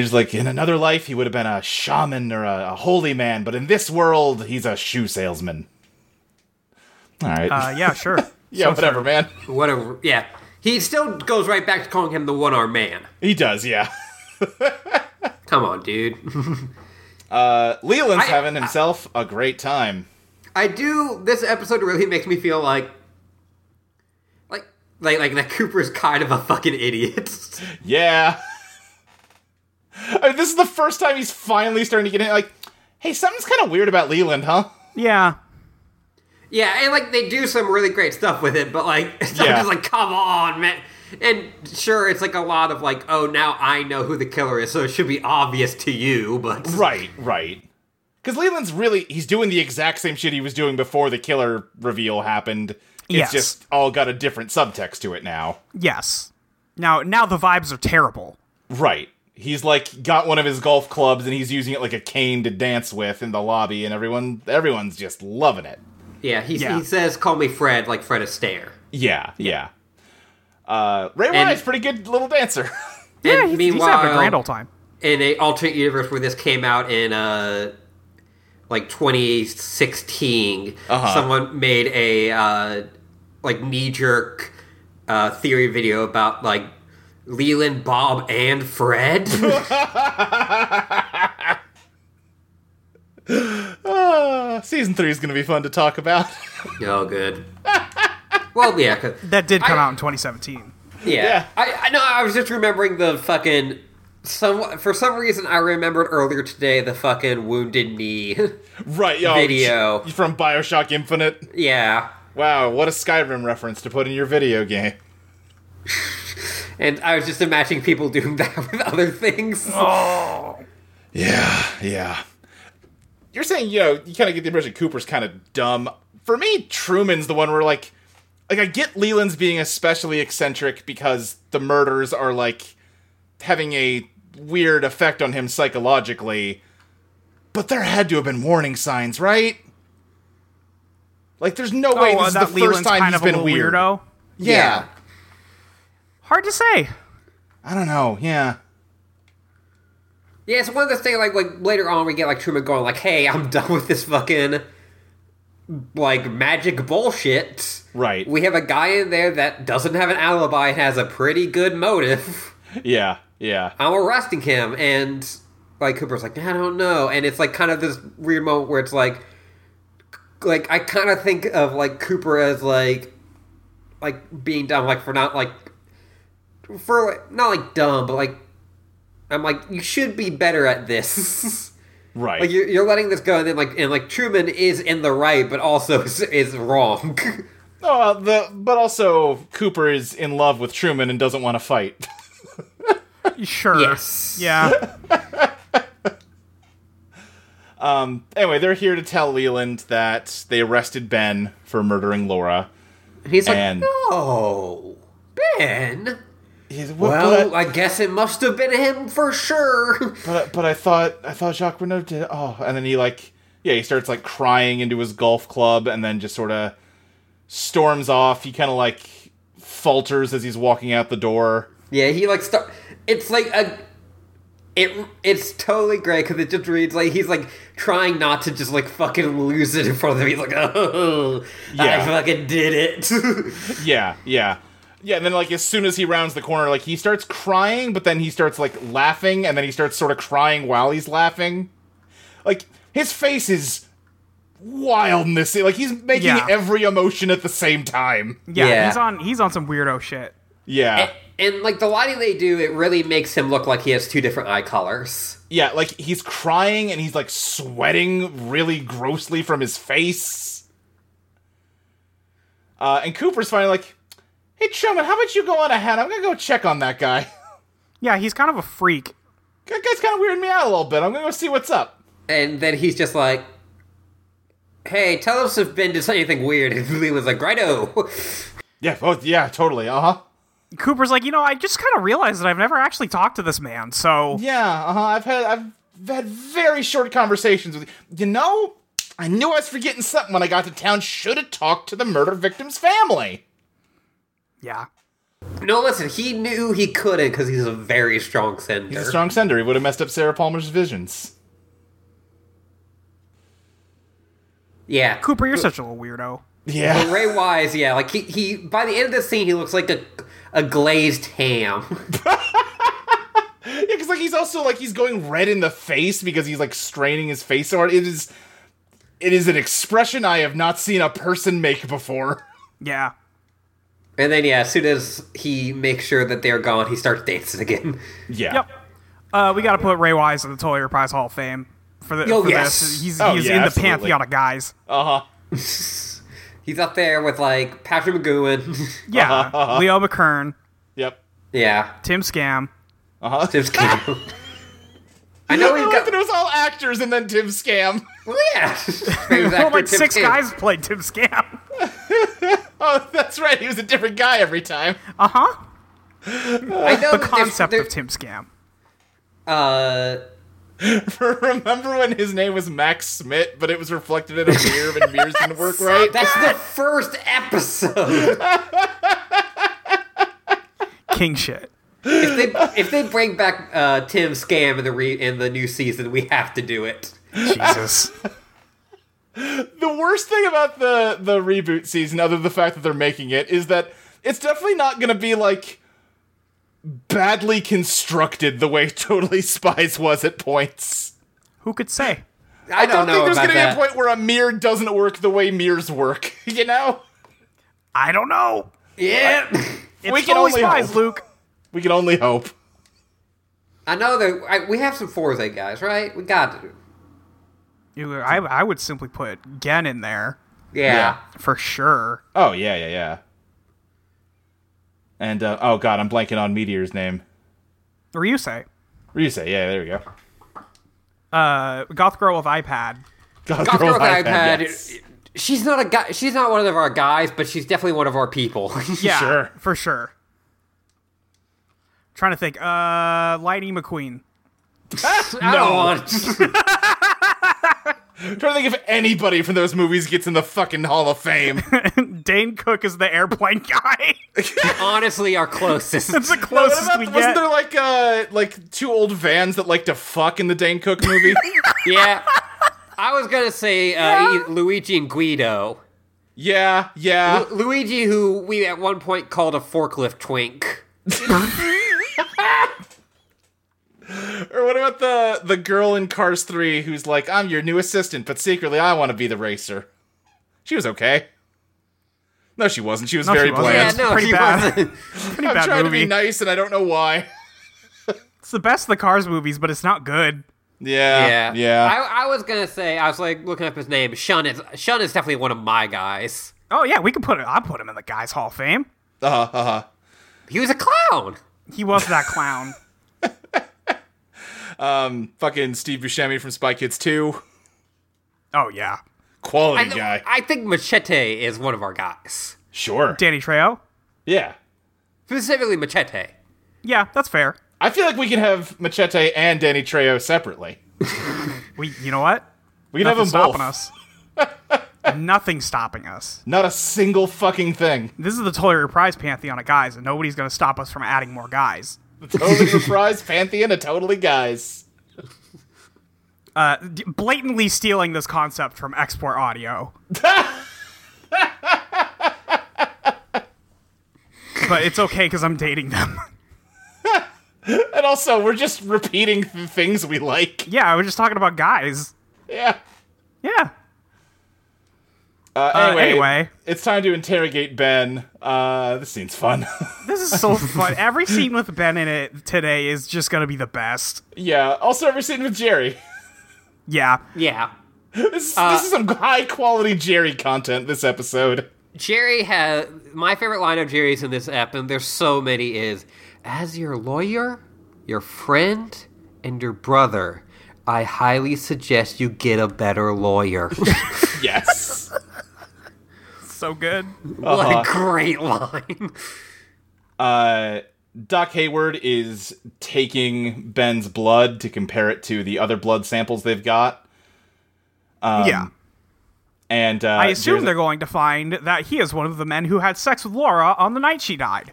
he's like, in another life, he would have been a shaman or a, a holy man, but in this world, he's a shoe salesman. All right,
Uh, yeah, sure.
<laughs> yeah, whatever, man.
Whatever. Yeah. He still goes right back to calling him the one arm man.
He does, yeah. <laughs>
Come on, dude. <laughs>
Leland's
I-
having himself a great time.
I do. This episode really makes me feel like, like, like, like that <laughs> Cooper's kind of a fucking idiot. <laughs>
Yeah. <laughs> I mean, this is the first time he's finally starting to get in. Like, hey, something's kind of weird about Leland, huh?
Yeah.
yeah, and like they do some really great stuff with it, but like, <laughs> it's
Yeah.
just like, come on, man. And sure, it's like a lot of like, oh, now I know who the killer is, so it should be obvious to you. But
Right, right. Because Leland's really, he's doing the exact same shit he was doing before the killer reveal happened.
Yes.
It's just all got a different subtext to it now.
Yes. Now, now the vibes are terrible.
Right. He's like got one of his golf clubs and he's using it like a cane to dance with in the lobby, and everyone, everyone's just loving it.
yeah, he
Yeah.
he says, "Call me Fred," like Fred Astaire.
Yeah, yeah. Uh, Ray
And-
Ryan's pretty good little dancer. <laughs>
Yeah,
He's, he's having a grand old time.
in a alternate universe where this came out in uh like 2016
Uh-huh.
someone made a uh like knee jerk uh theory video about like Leland Bob and
<laughs>
Fred <laughs>
Uh, season three is going to be fun to talk about. <laughs>
oh good well yeah 'cause-
That did come
I-
out in 2017.
Yeah.
Yeah.
I, I know. I was just remembering the fucking. Some for some reason I remembered earlier today the fucking wounded knee. <laughs>
right, yo.
Video.
sh- From Bioshock Infinite.
yeah,
Wow, what a Skyrim reference to put in your video game.
and I was just imagining people doing <laughs> that with other things.
Oh. Yeah, yeah. You're saying, you know, you kind of get the impression Cooper's kind of dumb. For me, Truman's the one where, like, like I get Leland's being especially eccentric because the murders are, like, having a weird effect on him psychologically. But there had to have been warning signs, right? Like, there's no way
oh, uh,
this is the
that
first
Leland's
time
kind of
he's
a
been
little
weird.
weirdo.
Yeah.
yeah.
Hard to say.
I don't know. Yeah.
Yeah, it's one of those things like like later on we get like Truman going like, "Hey, I'm <laughs> done with this fucking like magic bullshit."
Right.
We have a guy in there that doesn't have an alibi and has a pretty good motive. <laughs>
Yeah. Yeah.
I'm arresting him, and like Cooper's like, "I don't know," and it's like kind of this weird moment where it's like, like I kind of think of like Cooper as like, like being dumb, like for not like, for like, not like dumb, but like, I'm like, you should be better at this.
Right.
Like you're, you're letting this go, and then like and like Truman is in the right, but also <laughs> is, is wrong.
Oh, uh, the but also Cooper is in love with Truman and doesn't want to fight. <laughs>
Sure.
Yes.
<laughs> Yeah.
Um, anyway, they're here to tell Leland that they arrested Ben for murdering Laura.
And he's like,
And-
no, Ben.
He's, "What-
Well,
but, I,
I guess it must have been him for sure. <laughs>
but, but I thought I thought Jacques Renault did. Oh, and then he like yeah he starts like crying into his golf club and then just sort of storms off. He kind of like falters as he's walking out the door.
Yeah, he like start. It's like a. It it's totally great because it just reads like he's like trying not to just like fucking lose it in front of them. He's like, <laughs> oh, I
Yeah.
fucking did it. <laughs>
Yeah, yeah. Yeah, and then like as soon as he rounds the corner, like he starts crying, but then he starts like laughing, and then he starts sort of crying while he's laughing. Like his face is wildness. Like he's making
Yeah.
every emotion at the same time.
yeah.
Yeah.
He's on. He's on some weirdo shit.
Eh.
Yeah.
and like the lighting they do, it really makes him look like he has two different eye colors.
Yeah, like he's crying and he's like sweating really grossly from his face. Uh, and Cooper's finally like, "Hey Truman, how about you go on ahead? I'm gonna go check on that guy. <laughs>
Yeah. He's kind of a freak.
that guy's kind of weirding me out a little bit. I'm gonna go see what's up."
And then he's just like, "Hey, tell us if Ben did anything weird." <laughs> And Leland's like, "Righto." <laughs>
Yeah, oh yeah, totally. Uh-huh.
Cooper's like, you know, I just kind of realized that I've never actually talked to this man. So
Yeah, uh-huh. I've had I've had very short conversations with you know, I knew I was forgetting something when I got to town. Should have talked to the murder victim's family.
yeah.
No, listen, he knew he couldn't because he's a very strong sender.
He's a strong sender. He would have messed up Sarah Palmer's visions.
yeah,
Cooper, you're such a little weirdo.
But
Yeah.
Ray Wise, yeah, like he, he by the end of the scene, he looks like a a glazed ham.
<laughs>
<laughs>
Yeah, because like he's also like he's going red in the face because he's like straining his face so hard. It is It is an expression I have not seen a person make before.
Yeah.
And then, yeah, as soon as he makes sure that they're gone, he starts dancing again. <laughs>
Yeah.
Yep. Uh, we got to put Ray Wise in the Toy Prize Hall of Fame for, the,
Oh,
for
yes.
this. He's,
Oh,
he's
yeah,
in the
absolutely.
pantheon of guys.
Uh huh.
He's up there with, like, Patrick McGowan. <laughs>
Yeah. Leo McKern,
Yep.
yeah.
Tim Scam.
Tim's Cable. I know
<laughs> I
we've
like that
got.
it was all actors and then Tim Scam.
Well, yeah. <laughs> It was
Well,
actor Tim
like six
Cable.
guys played Tim Scam.
Oh, <laughs> that's right. He was a different guy every time. <laughs>
Uh huh.
I know
The
that there's-
concept
there-
of Tim Scam.
Uh,
Remember when his name was Max Smith, but it was reflected in a mirror and mirrors didn't <laughs> work right?
that's the first episode. <laughs>
King shit.
if they if they bring back uh, Tim Scam in the re- in the new season, we have to do it. <laughs>
Jesus.
the worst thing about the the reboot season, other than the fact that they're making it, is that it's definitely not going to be like badly constructed the way <laughs> Totally Spies was at points.
Who could say?
I,
I
don't,
don't
know
think there's
about
gonna
that.
be a point where a mirror doesn't work the way mirrors work. <laughs> You know,
I don't know.
yeah.
It's
We can
Totally
only
Spies,
hope.
Luke.
we can only hope.
I <laughs> know that I, we have some Forza guys, right? We got to.
You- I, I would simply put Gen in there
Yeah.
Yeah.
for sure.
Oh yeah, yeah, yeah. And uh, oh god, I'm blanking on Meteor's name.
Ryusei.
Ryusei, yeah, there we go.
Uh, Goth Girl with iPad.
God,
Goth Girl with iPad.
yes.
She's not a guy. She's not one of our guys, but she's definitely one of our people. <laughs>
Yeah,
Sure.
for sure. Trying to think. Uh, Lightning McQueen.
I don't want.
trying to think if anybody from those movies gets in the fucking Hall of <laughs> Fame.
Dane Cook is the airplane <laughs> guy.
honestly, our closest.
<laughs>
That's the
What
closest
about-
we get.
wasn't there like uh like two old vans that like to fuck in the Dane Cook <laughs> movie?
Yeah. I was gonna say uh, e- Luigi and Guido.
yeah, yeah.
Lu- Luigi, who we at one point called a forklift twink.
Or what about the the girl in Cars 3 who's like, I'm your new assistant, but secretly I want to be the racer. She was okay. No, she wasn't. She was
No, she
very
wasn't.
Yeah,
bland.
no,
pretty
she
bad.
wasn't.
Pretty
I'm
bad
trying
movie.
to be nice and I don't know why. <laughs>
it's the best of the Cars movies, but it's not good.
Yeah.
Yeah,
Yeah. Yeah.
I, I was gonna say I was like looking up his name. Shun is Shun is definitely one of my guys.
Oh yeah, we can put it. I put him in the guys' Hall of Fame.
Uh-huh, uh-huh.
He was a clown.
He was that
<laughs>
clown.
Fucking Steve Buscemi from Spy Kids 2.
oh yeah,
I,
Quality
th-
guy.
I think Machete is one of our guys.
sure.
Danny Trejo.
Yeah.
Specifically Machete.
Yeah, that's fair.
I feel like we can have Machete and Danny Trejo separately.
We, you know what?
We can
Nothing's
have them both.
stopping us. <laughs> Nothing stopping us.
Not a single fucking thing.
This is the Toy Reprise pantheon of guys, and nobody's going to stop us from adding more guys.
Totally surprise pantheon of totally guys.
Uh, d- blatantly stealing this concept from Export Audio. but it's okay because I'm dating them. <laughs>
And also, we're just repeating th- things we like. <laughs>
yeah, I was just talking about guys.
Yeah.
Yeah.
Uh,
Uh,
anyway,
anyway,
it's time to interrogate Ben. Uh, this scene's fun. <laughs>
this is so fun. Every scene with Ben in it today is just going to be the best.
yeah. Also, every scene with Jerry. <laughs>
Yeah.
Yeah.
This is, this is some high quality Jerry content. This episode. <laughs>
Jerry has my favorite line of Jerry's in this app, and there's so many. Is as your lawyer, your friend, and your brother, I highly suggest you get a better lawyer. <laughs>
Yes.
So good. Uh-huh.
what a great line!
uh, Doc Hayward is taking Ben's blood to compare it to the other blood samples they've got,
yeah.
and uh,
I assume
there's-
they're going to find that he is one of the men who had sex with Laura on the night she died.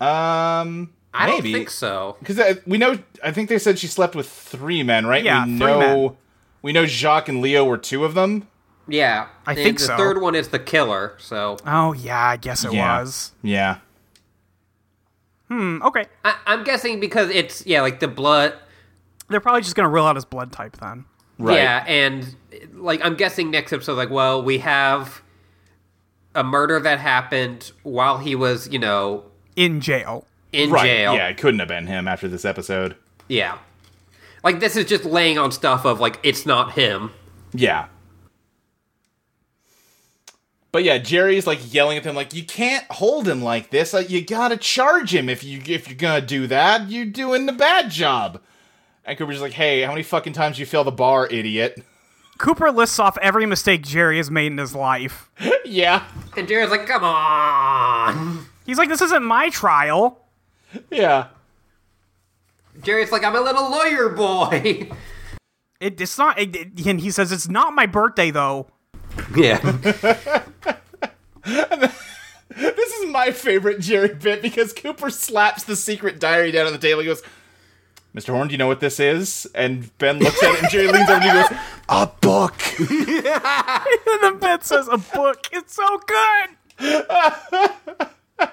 um.
I don't
maybe.
think so.
because uh, we know I think they said she slept with three men, right?
Yeah,
we
three
know
men.
we know Jacques and Leo were two of them.
Yeah,
I
and
think
the
so.
third one is the killer. So
Oh yeah, I guess it
Yeah.
was.
Yeah.
Mm, okay,
I, I'm guessing because it's yeah, like the blood.
they're probably just gonna rule out his blood type then.
Right.
Yeah, and like I'm guessing next episode, like, well, we have a murder that happened while he was, you know,
in jail.
in
right.
jail.
Yeah, it couldn't have been him after this episode.
Yeah. Like this is just laying on stuff of like it's not him.
Yeah. But yeah, Jerry's like yelling at them like you can't hold him like this. Like you gotta charge him if you if you're gonna do that. You're doing the bad job. And Cooper's like, hey, how many fucking times you fail the bar, idiot? <laughs>
Cooper lists off every mistake Jerry has made in his life.
yeah.
And Jared's like, come on.
He's like, this isn't my trial.
Yeah.
Jared's like, I'm a little lawyer
<laughs>
boy.
It, it's not. It, it- and he says, it's not my birthday though. <laughs>
yeah.
This is my favorite Jerry bit because Cooper slaps the secret diary down on the table. He goes, Mr. Horn, do you know what this is? And Ben looks at it and Jerry leans over and he goes, A book.
And the bit says, a book. It's so good.
<laughs>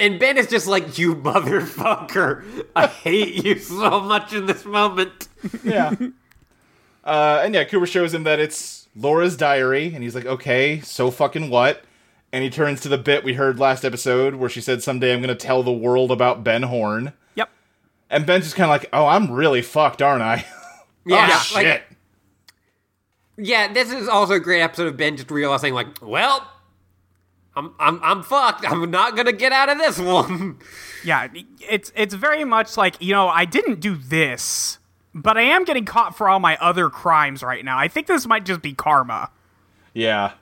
And Ben is just like, you motherfucker. I hate you so much in this moment.
yeah. <laughs> Uh, and yeah, Cooper shows him that it's Laura's diary, and he's like, okay, so fucking what? And he turns to the bit we heard last episode where she said, someday I'm going to tell the world about Ben Horn.
Yep.
And Ben's just kind of like, oh, I'm really fucked, aren't I?
Yeah.
<laughs> oh,
like-
shit.
yeah, this is also a great episode of Ben just realizing like, well, I'm I'm I'm fucked. I'm not gonna get out of this one. <laughs>
Yeah. It's it's very much like you know I didn't do this, but I am getting caught for all my other crimes right now. I think this might just be karma.
yeah.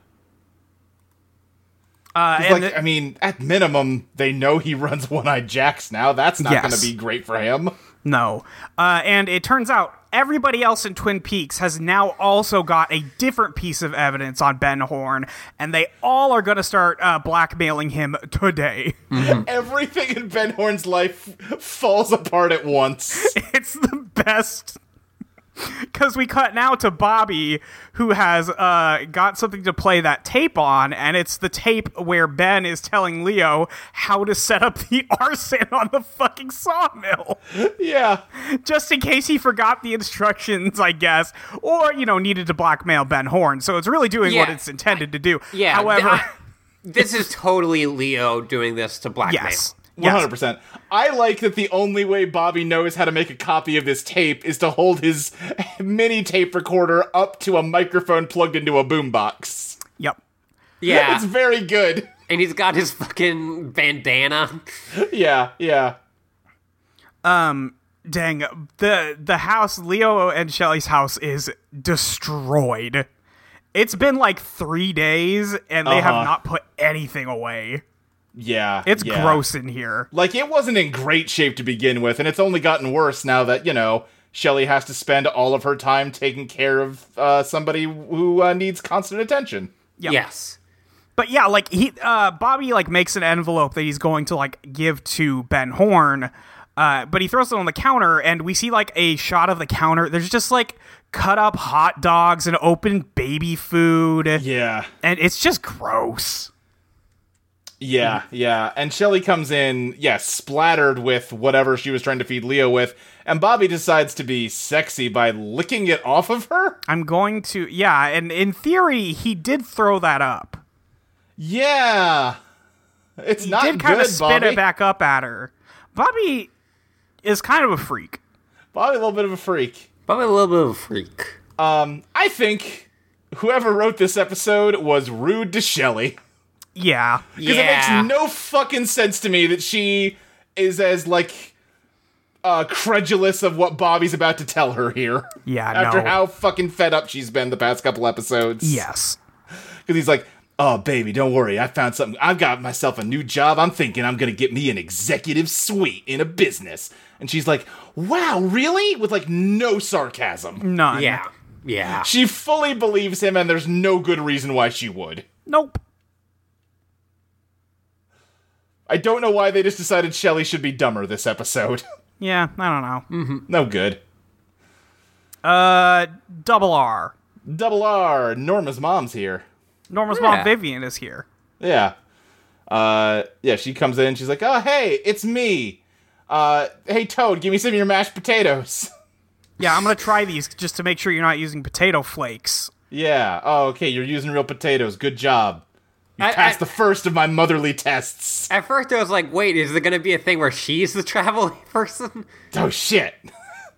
Uh,
He's
and
like,
the-
I mean, at minimum, they know he runs <laughs> One Eye Jacks now. That's not
Yes.
going to be great for him. <laughs>
No. Uh, and it turns out everybody else in Twin Peaks has now also got a different piece of evidence on Ben Horn, and they all are going to start uh, blackmailing him today. <laughs>
Everything in Ben Horn's life falls apart at once.
<laughs> it's the best. Because we cut now to Bobby, who has uh, got something to play that tape on, and it's the tape where Ben is telling Leo how to set up the <laughs> arson on the fucking sawmill.
yeah.
just in case he forgot the instructions, I guess, or you know needed to blackmail Ben Horn. So it's really doing what
Yeah.
it's intended to do.
Yeah.
However,
I- this is totally Leo doing this to blackmail.
yes,
One hundred
yes.
percent. I like that the only way Bobby knows how to make a copy of this tape is to hold his mini tape recorder up to a microphone plugged into a boombox.
Yep.
Yeah.
<laughs> It's very good.
and he's got his fucking bandana.
Yeah, yeah.
Dang the the house Leo and Shelly's house is destroyed. It's been like three days, and they
Uh-huh.
have not put anything away.
Yeah.
It's
yeah.
gross in here.
Like it wasn't in great shape to begin with, and it's only gotten worse now that, you know, Shelly has to spend all of her time taking care of uh, somebody who uh, needs constant attention.
Yep.
Yes.
But yeah, like he uh Bobby like makes an envelope that he's going to like give to Ben Horn. Uh, but he throws it on the counter, and we see like a shot of the counter. There's just like cut up hot dogs and open baby food,
Yeah.
and it's just gross.
Yeah, yeah. And Shelly comes in, yeah, splattered with whatever she was trying to feed Leo with, and Bobby decides to be sexy by licking it off of her?
I'm going to yeah, and in theory, he did throw that up.
Yeah. It's
He
not
did kind
good,
of spit
Bobby.
it back up at her. Bobby is kind of a freak.
Bobby, a little bit of a freak.
But I'm a little bit of a freak.
Um, I think whoever wrote this episode was rude to Shelly.
Yeah,
Because
Yeah.
it makes no fucking sense to me that she is as, like, uh, credulous of what Bobby's about to tell her here.
Yeah,
After
no.
how fucking fed up she's been the past couple episodes.
yes.
Because he's like, oh, baby, don't worry. I found something. I've got myself a new job. I'm thinking I'm going to get me an executive suite in a business. And she's like, wow, really? With like no sarcasm.
None.
Yeah. Yeah.
She fully believes him, and there's no good reason why she would.
Nope.
I don't know why they just decided Shelly should be dumber this episode. <laughs>
Yeah, I don't know.
no good.
Uh,
Mm.
double R.
Double R, Norma's mom's here.
Norma's
Yeah.
mom Vivian is here.
Yeah. Uh, yeah, she comes in. She's like, oh, hey, it's me. Uh, hey, Toad, give me some of your mashed potatoes.
Yeah, I'm gonna try these just to make sure you're not using potato flakes.
Yeah. Oh, okay. You're using real potatoes. Good job. You
I-
passed
I-
the first of my motherly tests.
At first, I was like, wait, is there going to be a thing where she's the traveling <laughs> person?
Oh shit.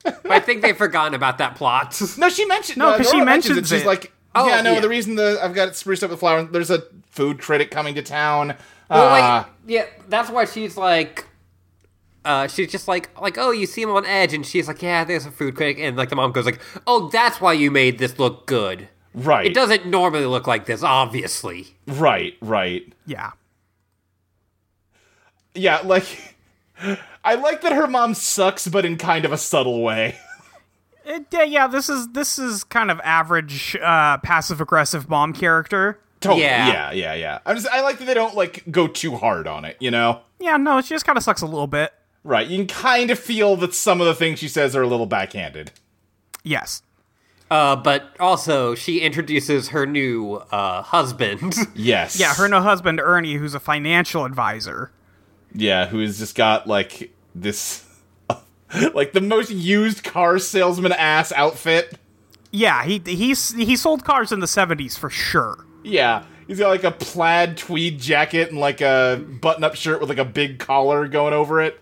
But I think they've forgotten about that plot. <laughs>
No, she mentioned.
No,
uh,
'cause she
Nora
mentions
She's
it.
like,
Oh,
yeah, no.
yeah.
The reason the I've got it spruced up with flowers. There's a food critic coming to town.
Well,
Uh,
like, yeah, that's why she's like, uh, she's just like, like, oh, you seem on edge, and she's like, yeah, there's a food critic, and like the mom goes like, oh, that's why you made this look good.
right.
It doesn't normally look like this, obviously.
Right. Right.
Yeah.
Yeah. Like, <laughs> I like that her mom sucks, but in kind of a subtle way. <laughs>
It, yeah, yeah, this is this is kind of average uh, passive aggressive mom character.
Totally.
Yeah.
Yeah. Yeah. Yeah. I'm just. I like that they don't like go too hard on it. You know.
Yeah, no, she just kind of sucks a little bit.
Right. You can kind of feel that some of the things she says are a little backhanded.
Yes.
Uh, but also, she introduces her new uh, husband. <laughs>
Yes.
Yeah, her no husband Ernie, who's a financial advisor.
Yeah, who has just got like this, <laughs> like the most used car salesman ass outfit.
Yeah, he he's he sold cars in the '70s for sure.
Yeah, he's got like a plaid tweed jacket and like a button-up shirt with like a big collar going over it.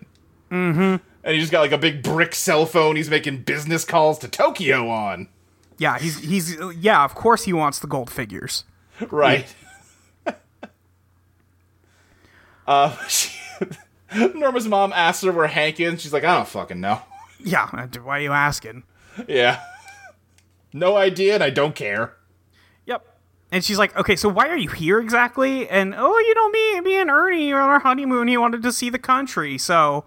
Mm-hmm. And he's just got like a big brick cell phone. He's making business calls to Tokyo on.
Yeah, he's he's yeah, of course he wants the gold figures.
Right. <laughs> uh, <laughs> she, Norma's mom asks her where Hank is. And she's like, I don't fucking know.
Yeah, uh, d- why are you asking?
Yeah. <laughs> no idea, and I don't care.
Yep. And she's like, okay, so why are you here exactly? And oh, you know, me, me and Ernie are on our honeymoon. He wanted to see the country, so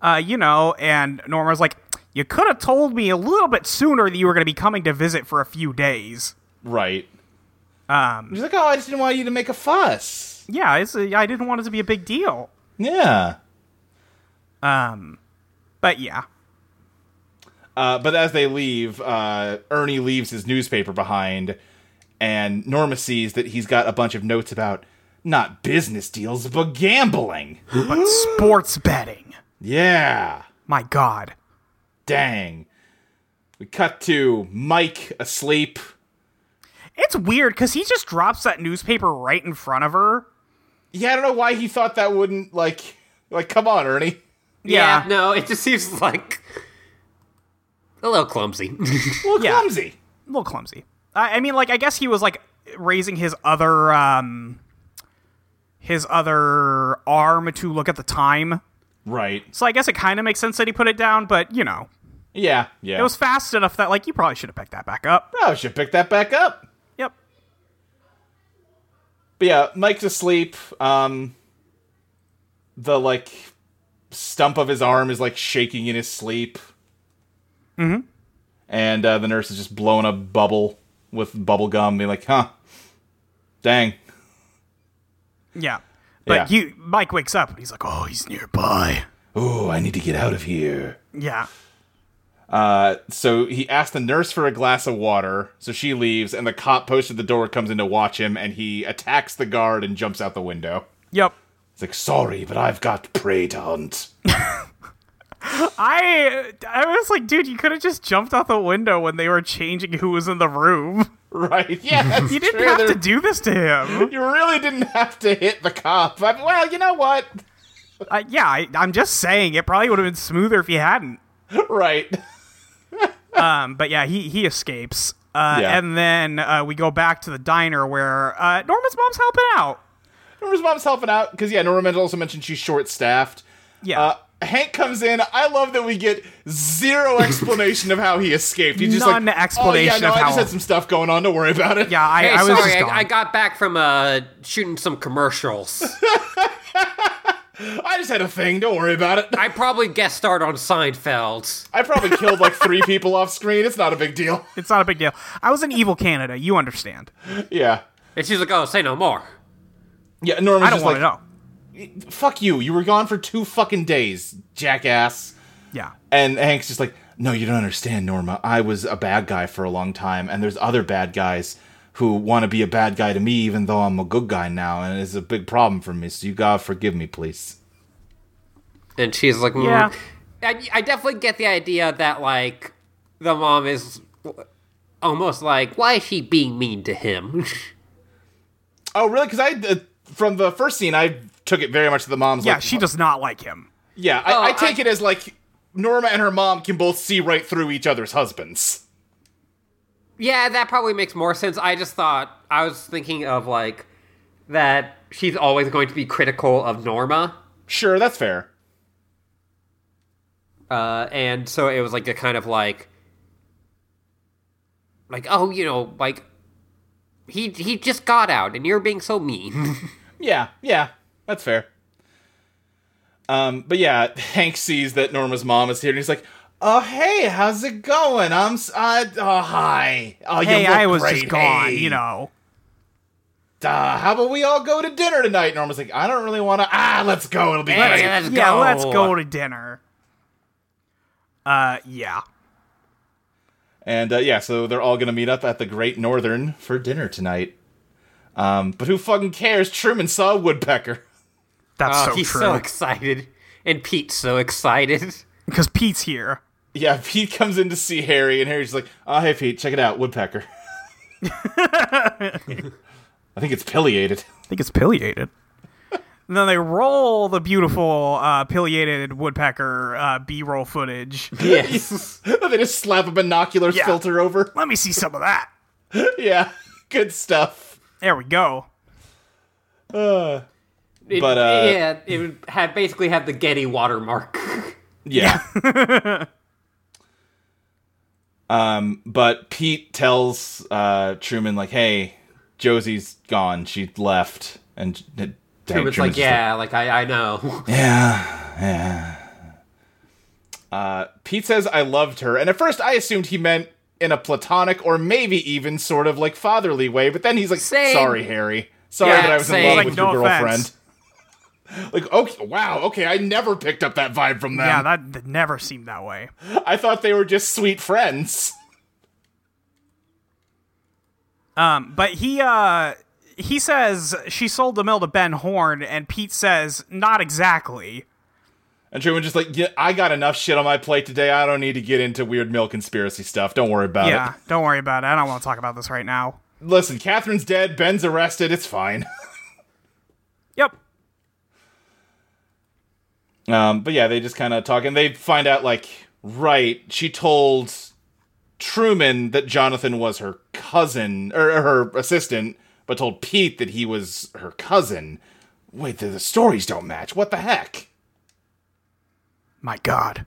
uh, you know. And Norma's like, you could have told me a little bit sooner that you were going to be coming to visit for a few days.
Right. Um, She's like, oh, I just didn't want you to make a fuss.
Yeah, it's a, I didn't want it to be a big deal,
Yeah.
but yeah,
Uh, but as they leave, uh, Ernie leaves his newspaper behind, and Norma sees that he's got a bunch of notes about not business deals, but <gasps> gambling.
but sports betting.
yeah.
My God.
Dang. We cut to Mike asleep.
It's weird because he just drops that newspaper right in front of her.
Yeah, I don't know why he thought that wouldn't, like, like, come on, Ernie.
Yeah.
no, it just seems like a little clumsy.
A little
Yeah.
clumsy.
A little clumsy. I, I mean, like, I guess he was like raising his other um his other arm to look at the time.
Right.
So I guess it kind of makes sense that he put it down, but you know,
Yeah. Yeah.
it was fast enough that like you probably should have picked that back up.
oh, should pick that back up.
Yep.
But yeah, Mike's asleep. Um, the like stump of his arm is like shaking in his sleep. Mm-hmm.
Mm-hmm.
And uh, the nurse is just blowing a bubble with bubble gum, being like, "Huh, dang."
Yeah. But
Yeah.
you, Mike wakes up and he's like, "Oh, he's nearby."
Oh, I need to get out of here.
Yeah.
Uh, so he asked the nurse for a glass of water. So she leaves, and the cop posted the door comes in to watch him, and he attacks the guard and jumps out the window.
Yep.
It's like, "Sorry, but I've got prey to hunt."
I I was like, dude, you could have just jumped out the window when they were changing who was in the room.
<laughs>
<laughs>
right? Yeah, that's
You didn't
true.
have
There-
to do this to him.
You really didn't have to hit the cop. I mean, well, you know what? <laughs>
Uh, yeah, I, I'm just saying it probably would have been smoother if he hadn't.
right.
Um, but yeah, he he escapes, uh,
Yeah.
and then uh, we go back to the diner where uh, Norman's mom's helping out.
Norma's mom's helping out because yeah, Norma men- also mentioned she's short-staffed.
Yeah,
Uh, Hank comes in. I love that we get
<laughs>
zero explanation of how he escaped. He's just
None
like,
explanation
oh, yeah, no,
of
I
how-
just had some stuff going on. Don't worry about it.
yeah. I,
hey,
I was
sorry,
just
I,
gone.
I got back from uh, shooting some
<laughs>
commercials.
<laughs> I just had a thing. Don't worry about it. <laughs>
I probably guest starred on Seinfeld.
I probably killed like three people off screen. It's not a big deal. <laughs>
it's not a big deal. I was in evil Canada. You understand?
Yeah.
And she's like, oh, say no more.
Yeah, Norma's
I don't
just
want
like,
to know.
fuck you. You were gone for two fucking days, jackass.
Yeah,
And Hank's just like, no, you don't understand, Norma. I was a bad guy for a long time, and there's other bad guys who want to be a bad guy to me, even though I'm a good guy now, and it's a big problem for me. So you gotta forgive me, please.
And she's like, mm.
Yeah.
I, I definitely get the idea that, like, the mom is almost like, why is she being mean to him? <laughs>
Oh, really? Because I uh, from the first scene, I took it very much to the mom's.
Yeah,
like,
she does not like him.
Yeah, I,
Oh,
I take
I-
it as like Norma and her mom can both see right through each other's husbands.
yeah, that probably makes more sense. I just thought, I was thinking of like that she's always going to be critical of Norma.
Sure, that's fair.
Uh, and so it was like a kind of like, like oh, you know, like he he just got out, and you're being so mean. <laughs>
Yeah, yeah, that's fair. Um, but yeah, <laughs> Hank sees that Norma's mom is here, and he's like, "Oh, hey, how's it going? I'm s- uh, oh hi. Oh, you
Hey,
look
I was
great.
just gone,
Hey,
you know.
duh, how about we all go to dinner tonight?" Norma's like, "I don't really want to. Ah, let's go. It'll be
Hey,
great."
let's
yeah,
go.
let's go to dinner. Uh, yeah.
And uh, yeah, so they're all gonna meet up at the Great Northern for dinner tonight. Um, but who fucking cares? Truman saw a woodpecker. <laughs>
That's
Oh,
so
he's
true.
so excited, and Pete's so
<laughs>
excited.
Because Pete's here.
Yeah, <laughs> Pete comes in to see Harry, and Harry's like, "Oh, hey, Pete, check it out, woodpecker." <laughs> I think it's pileated. <laughs>
I think it's pileated. and then they roll the beautiful uh, pileated woodpecker uh, B-roll footage.
Yes.
they just slap a binoculars
Yeah.
filter over. <laughs>
Let me see some of that.
yeah, good stuff.
There we go.
Uh,
<laughs> It-
But, uh,
yeah, it would have basically have the Getty watermark. <laughs>
yeah. um, but Pete tells uh, Truman like, "Hey, Josie's gone. She left." And uh,
It
Truman's
was
just
like, yeah, like I, I know. <laughs>
Yeah, yeah. Uh, Pete says, I loved her. And at first, I assumed he meant in a platonic or maybe even sort of like fatherly way. But then he's like,
Same.
sorry, Harry. Sorry
Yeah,
that I was
same.
in love
Like,
with
no
your
offense.
girlfriend. <laughs> like, okay, wow, okay, I never picked up that vibe from them.
Yeah, that, that never seemed that way.
I thought they were just sweet friends.
Um, but he uh, he says she sold the mill to Ben Horn, and Pete says not exactly.
And Truman just like, yeah, I got enough shit on my plate today. I don't need to get into weird mill conspiracy stuff. Don't worry about
yeah,
it.
don't worry about it. I don't want to talk about this right now.
Listen, Catherine's dead. Ben's arrested. It's fine.
Yep.
Um, but yeah, they just kind of talk, and they find out like, right, she told Truman that Jonathan was her cousin or or her assistant, but told Pete that he was her cousin. Wait, the, the stories don't match. What the heck?
My God.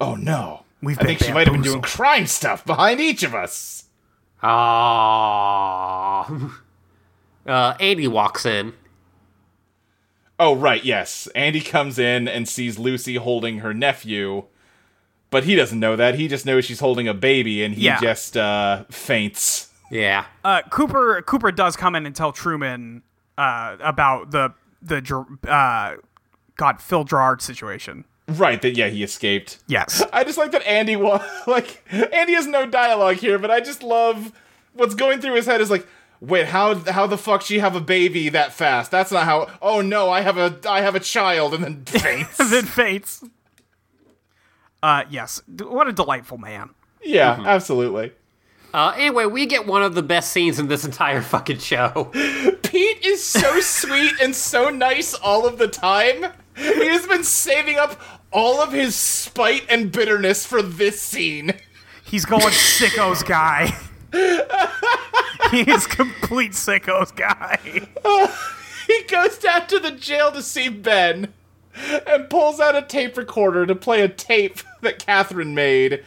Oh no,
We've
I
been
think she might have been doing
bamboozled.
crime stuff behind each of us.
Ah. Uh, Andy walks in.
Oh right, yes. Andy comes in and sees Lucy holding her nephew, but he doesn't know that. He just knows she's holding a baby, and he
Yeah.
just uh, faints.
Yeah.
Uh, Cooper Cooper does come in and tell Truman uh, about the the Ger- uh, God Phil Gerard situation.
Right, that yeah, he escaped.
Yes.
I just like that Andy wa- <laughs> like Andy has no dialogue here, but I just love what's going through his head is like, wait, how how the fuck she have a baby that fast? That's not how. Oh no, I have a I have a child, and then <laughs> faints.
then faints. Uh, yes. D- What a delightful man.
yeah, absolutely.
Uh, anyway, we get one of the best scenes in this entire fucking show. <laughs>
Pete is <laughs> so sweet and so nice all of the time. He has been saving up all of his spite and bitterness for this scene.
He's going sickos guy. <laughs> he is complete sickos guy.
he goes down to the jail to see Ben and pulls out a tape recorder to play a tape <laughs> that Catherine made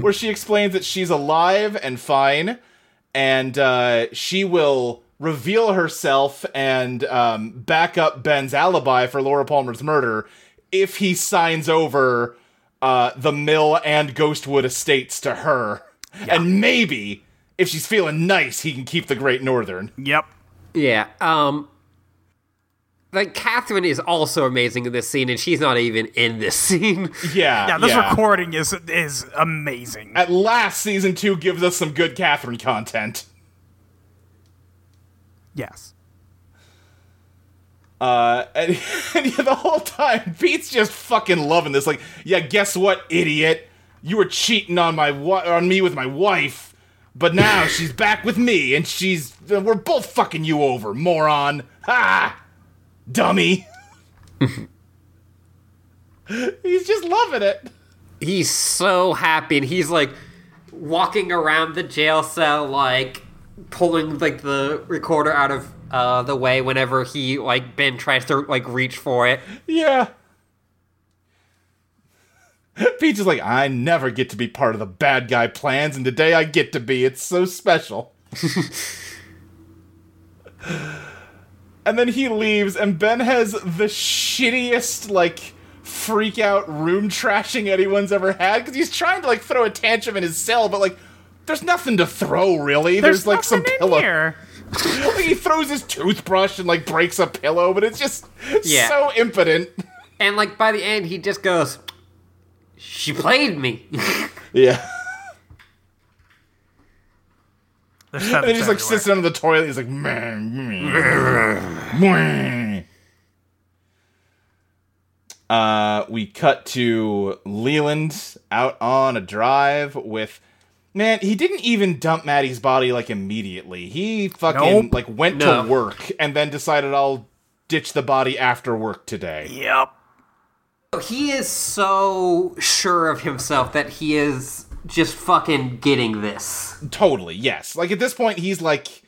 where she explains that she's alive and fine and uh, she will reveal herself and um, back up Ben's alibi for Laura Palmer's murder if he signs over uh, the mill and Ghostwood estates to her. And maybe if she's feeling nice, he can keep the Great Northern.
Yep.
yeah. Um. Like Catherine is also amazing in this scene, and she's not even in this <laughs> scene.
Yeah.
Yeah, this recording is is amazing.
At last, season two gives us some good Catherine content.
yes.
Uh, <laughs> and, and yeah, the whole time, Pete's just fucking loving this. Like, yeah, guess what, idiot? you were cheating on my wi- on me with my wife, but now she's back with me, and she's we're both fucking you over, moron. Ha, dummy. <laughs> He's just loving it.
He's so happy, and he's like walking around the jail cell, like pulling like the recorder out of uh, the way whenever he like Ben tries to like reach for it.
Yeah. <laughs> Peach is like, I never get to be part of the bad guy plans, and today I get to be. It's so special. <laughs> and then he leaves, and Ben has the shittiest, like, freak out room trashing anyone's ever had because he's trying to, like, throw a tantrum in his cell, but, like, there's nothing to throw, really. There's, like, some
nothing in
pillow.
here.
Like, <laughs> he throws his toothbrush and, like, breaks a pillow, but it's just
Yeah.
so impotent. <laughs>
And like by the end, he just goes, "She played me." <laughs>
Yeah.
There's
And he
feathers
just
everywhere.
like sits down on the toilet. He's like, "Meh, meh, meh." uh, we cut to Leland out on a drive with. Man, he didn't even dump Maddie's body like immediately. He fucking
Nope.
like went
No.
to work and then decided I'll ditch the body after work today.
Yep.
he is so sure of himself that he is just fucking getting this.
Totally, yes. Like at this point, he's like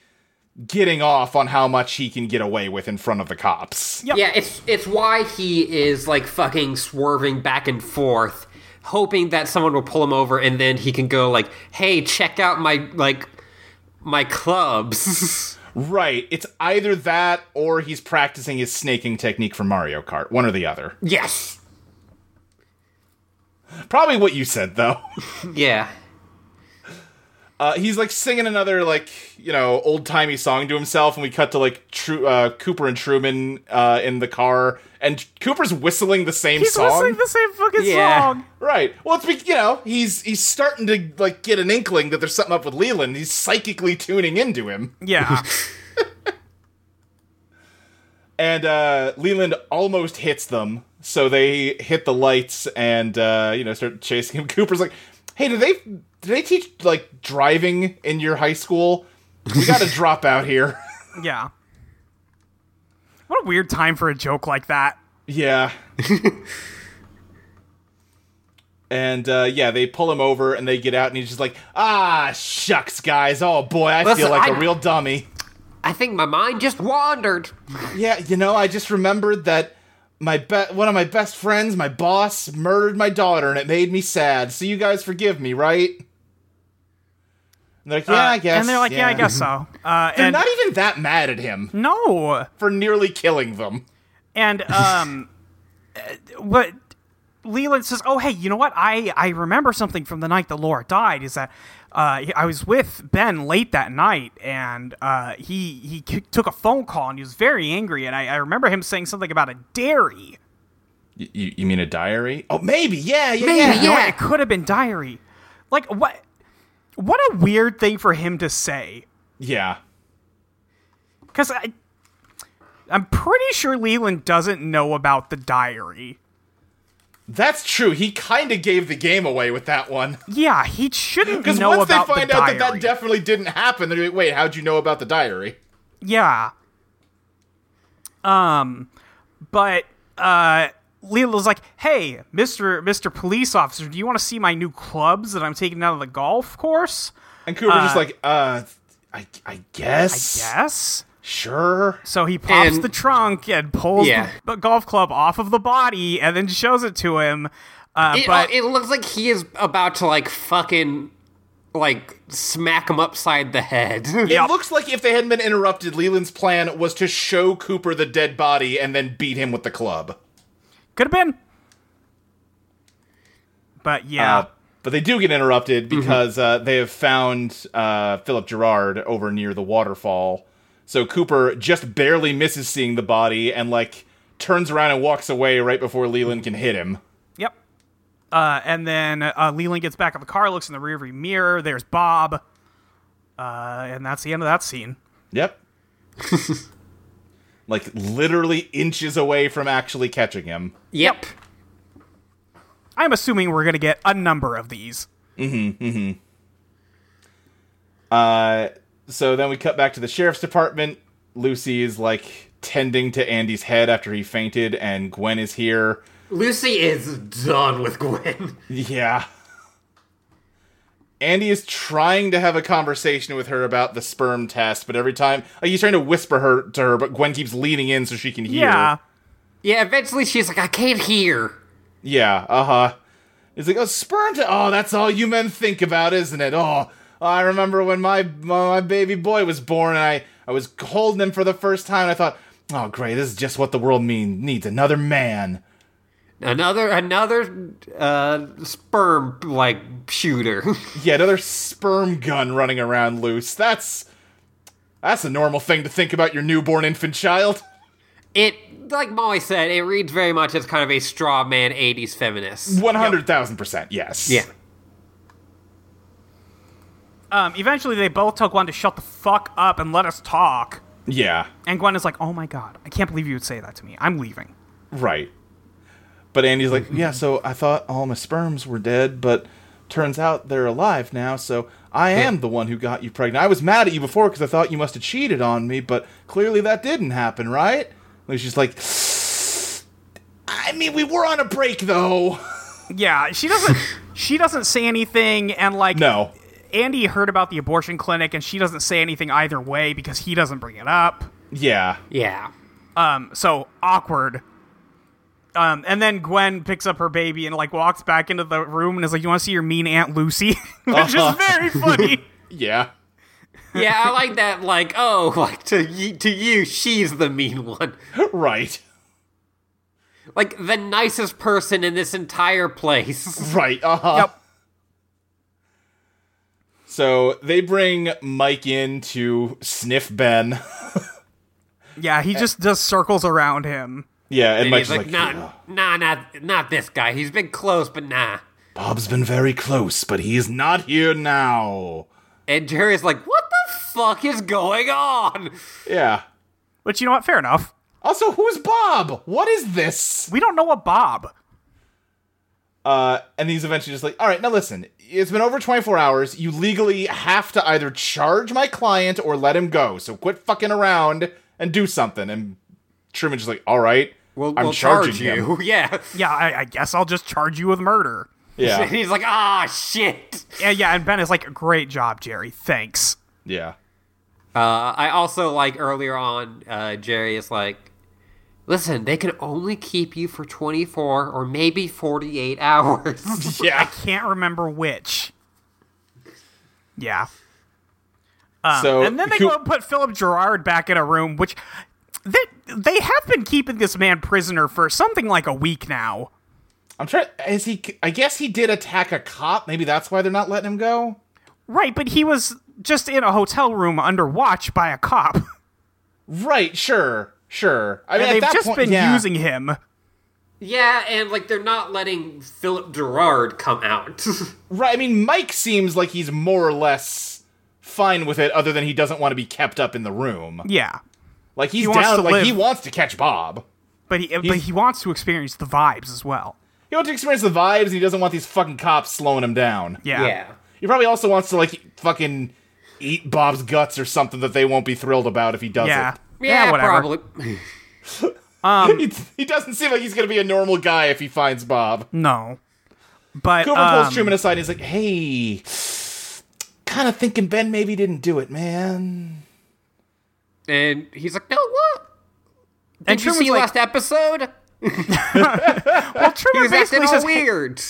getting off on how much he can get away with in front of the cops.
Yep.
Yeah, it's it's why he is like fucking swerving back and forth, hoping that someone will pull him over, and then he can go like, "Hey, check out my like my
<laughs>
clubs."
Right. It's either that or he's practicing his snaking technique for Mario Kart. One or the other.
yes.
Probably what you said, though. <laughs>
Yeah.
Uh, he's like singing another, like, you know, old timey song to himself, and we cut to like Tru- uh, Cooper and Truman uh, in the car, and Cooper's whistling the same
He's
song.
listening to the same fucking
Yeah.
song.
Right. Well, it's be- you know he's he's starting to like get an inkling that there's something up with Leland. He's psychically tuning into him.
<laughs> Yeah.
and uh, Leland almost hits them, so they hit the lights and uh, you know start chasing him. <laughs> Cooper's like, "Hey, do they do they teach like driving in your high school? We got to
<laughs>
drop out here." <laughs>
yeah. What a weird time for a joke like that.
<laughs>
yeah. And uh, yeah, they pull him over and they get out, and he's just like, "Ah, shucks, guys! Oh boy, I
Listen,
feel like a
I-
real dummy."
I think my mind just wandered.
Yeah, you know, I just remembered that my be- one of my best friends, my boss, murdered my daughter, and it made me sad. So you guys forgive me, right? And they're like, yeah,
Uh,
I guess.
And they're like, yeah, I guess so.
<laughs>
Uh,
They're
and
not even that mad at him
no.
for nearly killing them.
And um, <laughs> uh, what Leland says, "Oh, hey, you know what? I I remember something from the night that Laura died. Is that uh, I was with Ben late that night, and uh, he he k- took a phone call, and he was very angry. And I, I remember him saying something about a dairy.
You, you mean a diary? Oh, maybe. Yeah, yeah,
Maybe,
yeah.
You know what?
Yeah.
it could have been diary. Like what? What a weird thing for him to say.
Yeah.
Because I, I'm pretty sure Leland doesn't know about the diary.
That's true. He kind of gave the game away with that one.
Yeah, he
<laughs>
shouldn't
Because
know
Mm, once they
about
find
the
out
diary.
that that definitely didn't happen, they're like, wait, how'd you know about the diary?
Yeah. Um, but uh, Leland's like, "Hey, Mister Mister Police Officer, do you want to see my new clubs that I'm taking out of the golf course?"
And Cooper's just like, uh, I, I guess.
Yes.
Sure.
So he pops
And-
the trunk and pulls
Yeah.
the b- golf club off of the body, and then shows it to him. Uh,
It, oh,
but
it looks like he is about to like fucking like smack him upside the head. <laughs>
It looks like if they hadn't been interrupted, Leland's plan was to show Cooper the dead body and then beat him with the club.
could have been. But yeah,
Uh, but they do get interrupted because uh, they have found uh, Philip Gerard over near the waterfall. So Cooper just barely misses seeing the body and like turns around and walks away right before Leland can hit him.
yep. Uh, and then uh, Leland gets back in the car, looks in the rearview mirror. There's Bob, uh, and that's the end of that scene.
Yep. like literally inches away from actually catching him.
yep.
I'm assuming we're gonna get a number of these.
Uh, so then we cut back to the sheriff's department. Lucy is like tending to Andy's head after he fainted, and Gwen is here.
Lucy is done with Gwen.
Yeah. Andy is trying to have a conversation with her about the sperm test, but every time like he's trying to whisper her to her, but Gwen keeps leaning in so she can hear.
Yeah.
Yeah, eventually she's like, I can't hear.
Yeah, uh huh. It's like, oh, sperm. T- oh, that's all you men think about, isn't it? Oh, I remember when my my baby boy was born, and I I was holding him for the first time. And I thought, oh, great, this is just what the world mean, needs another man.
Another another uh, sperm like shooter. <laughs>
Yeah, another sperm gun running around loose. That's that's a normal thing to think about your newborn infant child.
it like Molly said, it reads very much as kind of a straw man '80s feminist.
One hundred thousand percent, yes.
Yeah.
Um, eventually, they both tell Gwen to shut the fuck up and let us talk.
yeah,
And Gwen is like, "Oh my god, I can't believe you would say that to me. I'm leaving."
right. But Andy's like, yeah. So I thought all my sperms were dead, but turns out they're alive now. So I am the one who got you pregnant. I was mad at you before because I thought you must have cheated on me, but clearly that didn't happen, right? And she's like, I mean, we were on a break though.
Yeah, she <laughs> doesn't. she doesn't say anything, and like,
No.
Andy heard about the abortion clinic, and she doesn't say anything either way because he doesn't bring it up.
Yeah.
Yeah.
Um, so awkward. Um, and then Gwen picks up her baby and like walks back into the room and is like, "You want to see your mean Aunt Lucy?" <laughs> Which is very funny.
Yeah.
Yeah, I like that. Like, oh, <laughs> like to you, to you, she's the mean one.
Right.
Like the nicest person in this entire place. <laughs>
Right. Uh huh.
Yep.
So they bring Mike in to sniff Ben.
yeah, he just does circles around him.
yeah, and,
And
Mike's
he's like,
like, "Yeah,
nah, nah, not not this guy. He's been close, but nah.
Bob's been very close, but he's not here now.
And Jerry's like, what the fuck is going on?
Yeah.
Which you know what? Fair enough.
Also, who's Bob? What is this?
We don't know what Bob.
Uh, and he's eventually just like, all right, now listen, it's been over 24 hours. You legally have to either charge my client or let him go. So quit fucking around and do something. And Truman's just like, all right,
We'll,
I'm
we'll
charging
charge
him.
<laughs>
you. <laughs> Yeah.
Yeah, I, I guess I'll just charge you with murder.
And <laughs>
Yeah.
he's like, ah, shit.
Yeah, yeah, and Ben is like, great job, Jerry. Thanks.
yeah.
Uh, I also like earlier on, uh, Jerry is like, listen, they can only keep you for 24 or maybe 48 <laughs> hours.
Yeah.
Can't remember which. Yeah.
so
Uh, and then they
who-
go and put Philip Gerard back in a room, which they, they have been keeping this man prisoner for something like a week now.
I'm trying. Is he? I guess he did attack a cop. Maybe that's why they're not letting him go.
Right, but he was just in a hotel room under watch by
<laughs>
a cop.
Right. Sure. Sure. I mean,
And
at
they've
that
just
point-
been
yeah.
using him.
yeah, and like they're not letting Philip Gerard come out. <laughs>
Right. I mean, Mike seems like he's more or less fine with it, other than he doesn't want to be kept up in the room.
Yeah.
Like he's
He wants
down.
to
Like he
live.
wants to catch Bob.
But he, but he wants to experience the vibes as well.
He wants to experience the vibes. And he doesn't want these fucking cops slowing him down.
Yeah.
yeah.
He probably also wants to like fucking eat Bob's guts or something that they won't be thrilled about if he does <laughs>
Yeah. um,
it.
Yeah,
whatever.
probably.
He, he doesn't seem like he's gonna be a normal guy if he finds Bob.
No. But
Cooper
um,
pulls Truman aside and he's like, hey, kind of thinking Ben maybe didn't do it, man.
And he's like, no, what? Did
and
you
Truman's
see
like,
last episode?
well, Truman
He was
basically
acting all
says,
weird.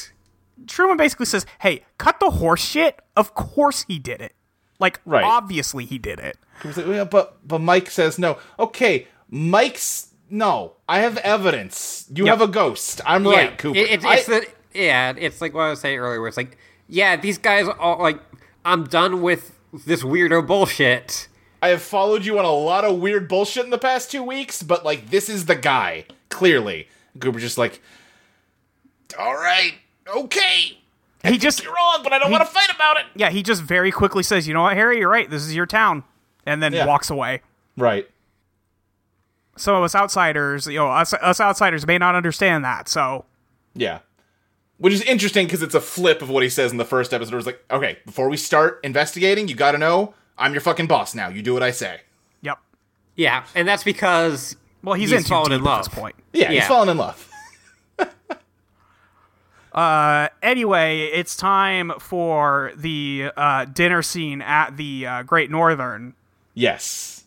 Truman basically says, "Hey, cut the horse shit. Of course he did it. Like,
Right.
obviously he did it.
He was like, "Well, but but Mike says no. Okay, Mike's no. I have evidence. You have a ghost. I'm
yeah,
right, Cooper.
it- it's-
I-
it's the- yeah, it's like what I was saying earlier, where it's like, yeah, these guys all like, I'm done with this weirdo bullshit.
I have followed you on a lot of weird bullshit in the past two weeks, but like this is the guy clearly. Cooper's just like, all right, okay,
he just,
you're wrong, but I don't want to fight about it.
yeah, he just very quickly says, "You know what, Harry? You're right. This is your town," and then
Yeah.
walks away.
Right.
Some of us outsiders, you know, us us outsiders may not understand that. So
Yeah. which is interesting because it's a flip of what he says in the first episode. It was like, okay, before we start investigating, you got to know I'm your fucking boss now. You do what I say.
Yep.
Yeah, and that's because
Well, he's, in
he's
too
fallen
deep
in love.
at this point.
Yeah, he's
Yeah.
fallen in love.
Anyway, it's time for the uh, dinner scene at the uh, Great Northern.
Yes.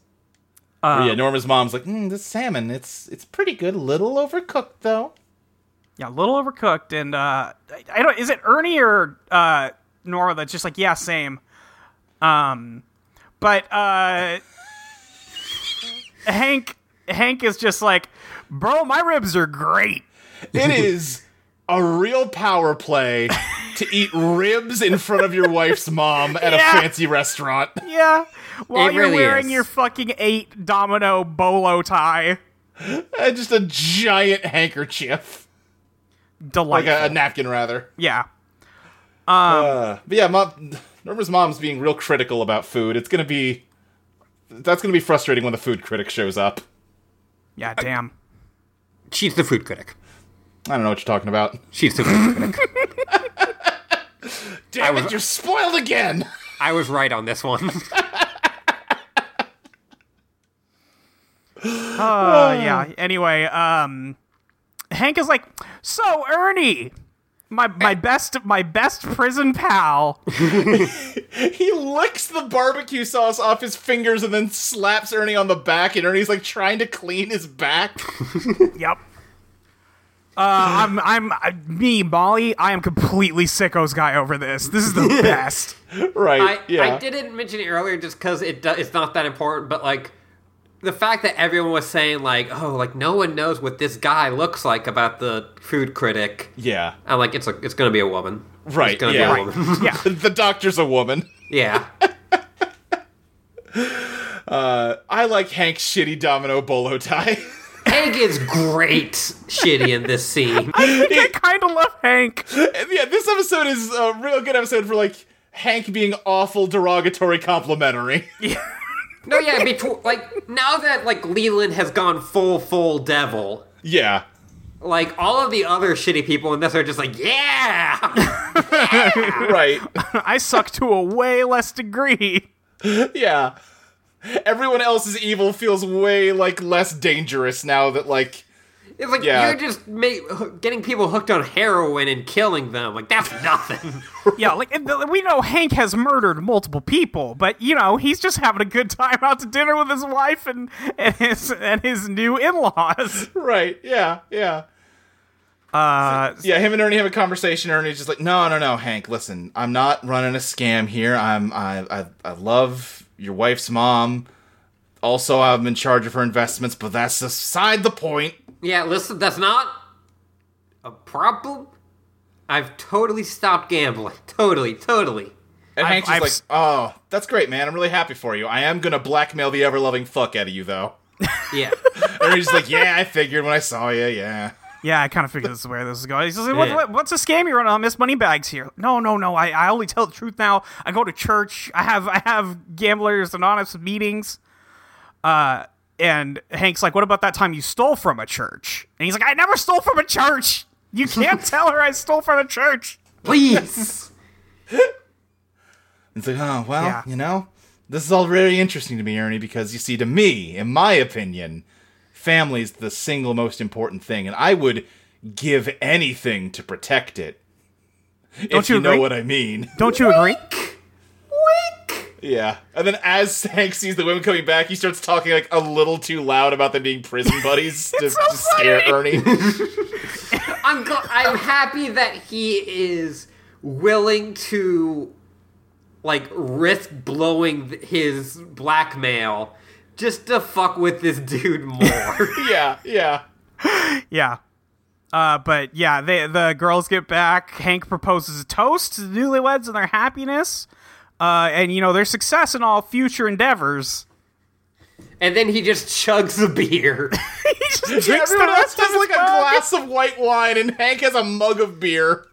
yeah, Norma's mom's like, mm, this salmon, it's it's pretty good, a little overcooked though.
Yeah, a little overcooked, and uh, I- I don't. Is it Ernie or uh, Norma that's just like, yeah, same. Um, but uh, Hank, Hank is just like, bro, my ribs are great.
It is a real power play to eat ribs in front of your wife's mom at
Yeah.
a fancy restaurant. <laughs>
Yeah, while
It
you're
really
wearing
is.
your fucking eight domino bolo tie,
Uh, Just a giant handkerchief, like
delightful.
a, a napkin rather.
yeah,
Uh, but yeah, mom, Norma's mom's being real critical about food. It's gonna be that's gonna be frustrating when the food critic shows up.
yeah, damn.
she's the food critic.
I don't know what you're talking about.
She's the food <laughs> critic.
Damn
was-
it, you're spoiled again.
I was right on this one.
Uh, yeah. Anyway, um, Hank is like, so Ernie, my my best my best prison pal.
He licks the barbecue sauce off his fingers and then slaps Ernie on the back, and Ernie's like trying to clean his back.
Yep. Uh, I'm, I'm, I, me, Molly. I am completely sicko's guy over this. This is the best.
<laughs> right.
I, I didn't mention it earlier just because it do, it's not that important, but like the fact that everyone was saying like, oh, like no one knows what this guy looks like about the food critic.
Yeah.
I'm like, it's a, it's gonna be a woman.
Right,
It's gonna
yeah.
be a woman. <laughs>
Yeah,
The doctor's a woman.
yeah.
I like Hank's shitty domino bolo tie. <laughs>
Hank is great shitty in this scene.
I kind of love Hank.
And yeah, this episode is a real good episode for like Hank being awful, derogatory, complimentary. <laughs>
No, yeah, between, like now that like Leland has gone full full devil,
yeah.
like all of the other shitty people in this are just like, yeah.
<laughs> Right. <laughs>
I suck to a way less degree.
yeah. Everyone else's evil feels way like less dangerous now that like
It's like
Yeah.
you're just ma- getting people hooked on heroin and killing them. Like that's nothing.
Yeah, like and th- we know Hank has murdered multiple people, but you know he's just having a good time out to dinner with his wife and and his and his new in laws.
Right. Yeah. Yeah.
Uh,
Yeah. Him and Ernie have a conversation. Ernie's just like, no, no, no, Hank. Listen, I'm not running a scam here. I'm. I. I, I love your wife's mom. Also, I'm in charge of her investments, but that's aside the point.
yeah, listen, that's not a problem. I've totally stopped gambling. Totally, totally.
And
I've-
Hank's just
I've
like,
s-
oh, that's great, man. I'm really happy for you. I am gonna blackmail the ever loving fuck out of you, though.
Yeah.
Ernie's just like, yeah, I figured when I saw you. Yeah.
yeah, I kind of figured this is where this is going. He's just like, what,
Yeah.
what, what's a scam you're running on, Miss Moneybags here? No, no, no. I, I only tell the truth now. I go to church. I have I have gamblers anonymous meetings. Uh, and Hank's like, what about that time you stole from a church? And he's like, I never stole from a church. You <laughs> can't tell her I stole from a church.
Please.
It's like, oh, well,
Yeah.
you know, this is all very interesting to me, Ernie, because you see, to me, in my opinion, family's the single most important thing, and I would give anything to protect it. if
you
you know
agree?
what I mean. <laughs>
Don't you agree?
Yeah. And then as Hank sees the women coming back, he starts talking like a little too loud about them being prison
<laughs>
buddies to,
so
to scare
funny.
Ernie. <laughs>
I'm gl- I'm happy that he is willing to like risk blowing th- his blackmail just to fuck with this dude
<laughs>
more.
yeah, yeah.
Yeah. Uh, but yeah, they, the girls get back. Hank proposes a toast to the newlyweds and their happiness, uh, and you know their success in all future endeavors.
and then he just chugs a beer.
he just drinks the
Everyone else
rest of
has
his
like a
mug.
glass of white wine, and Hank has a mug of beer.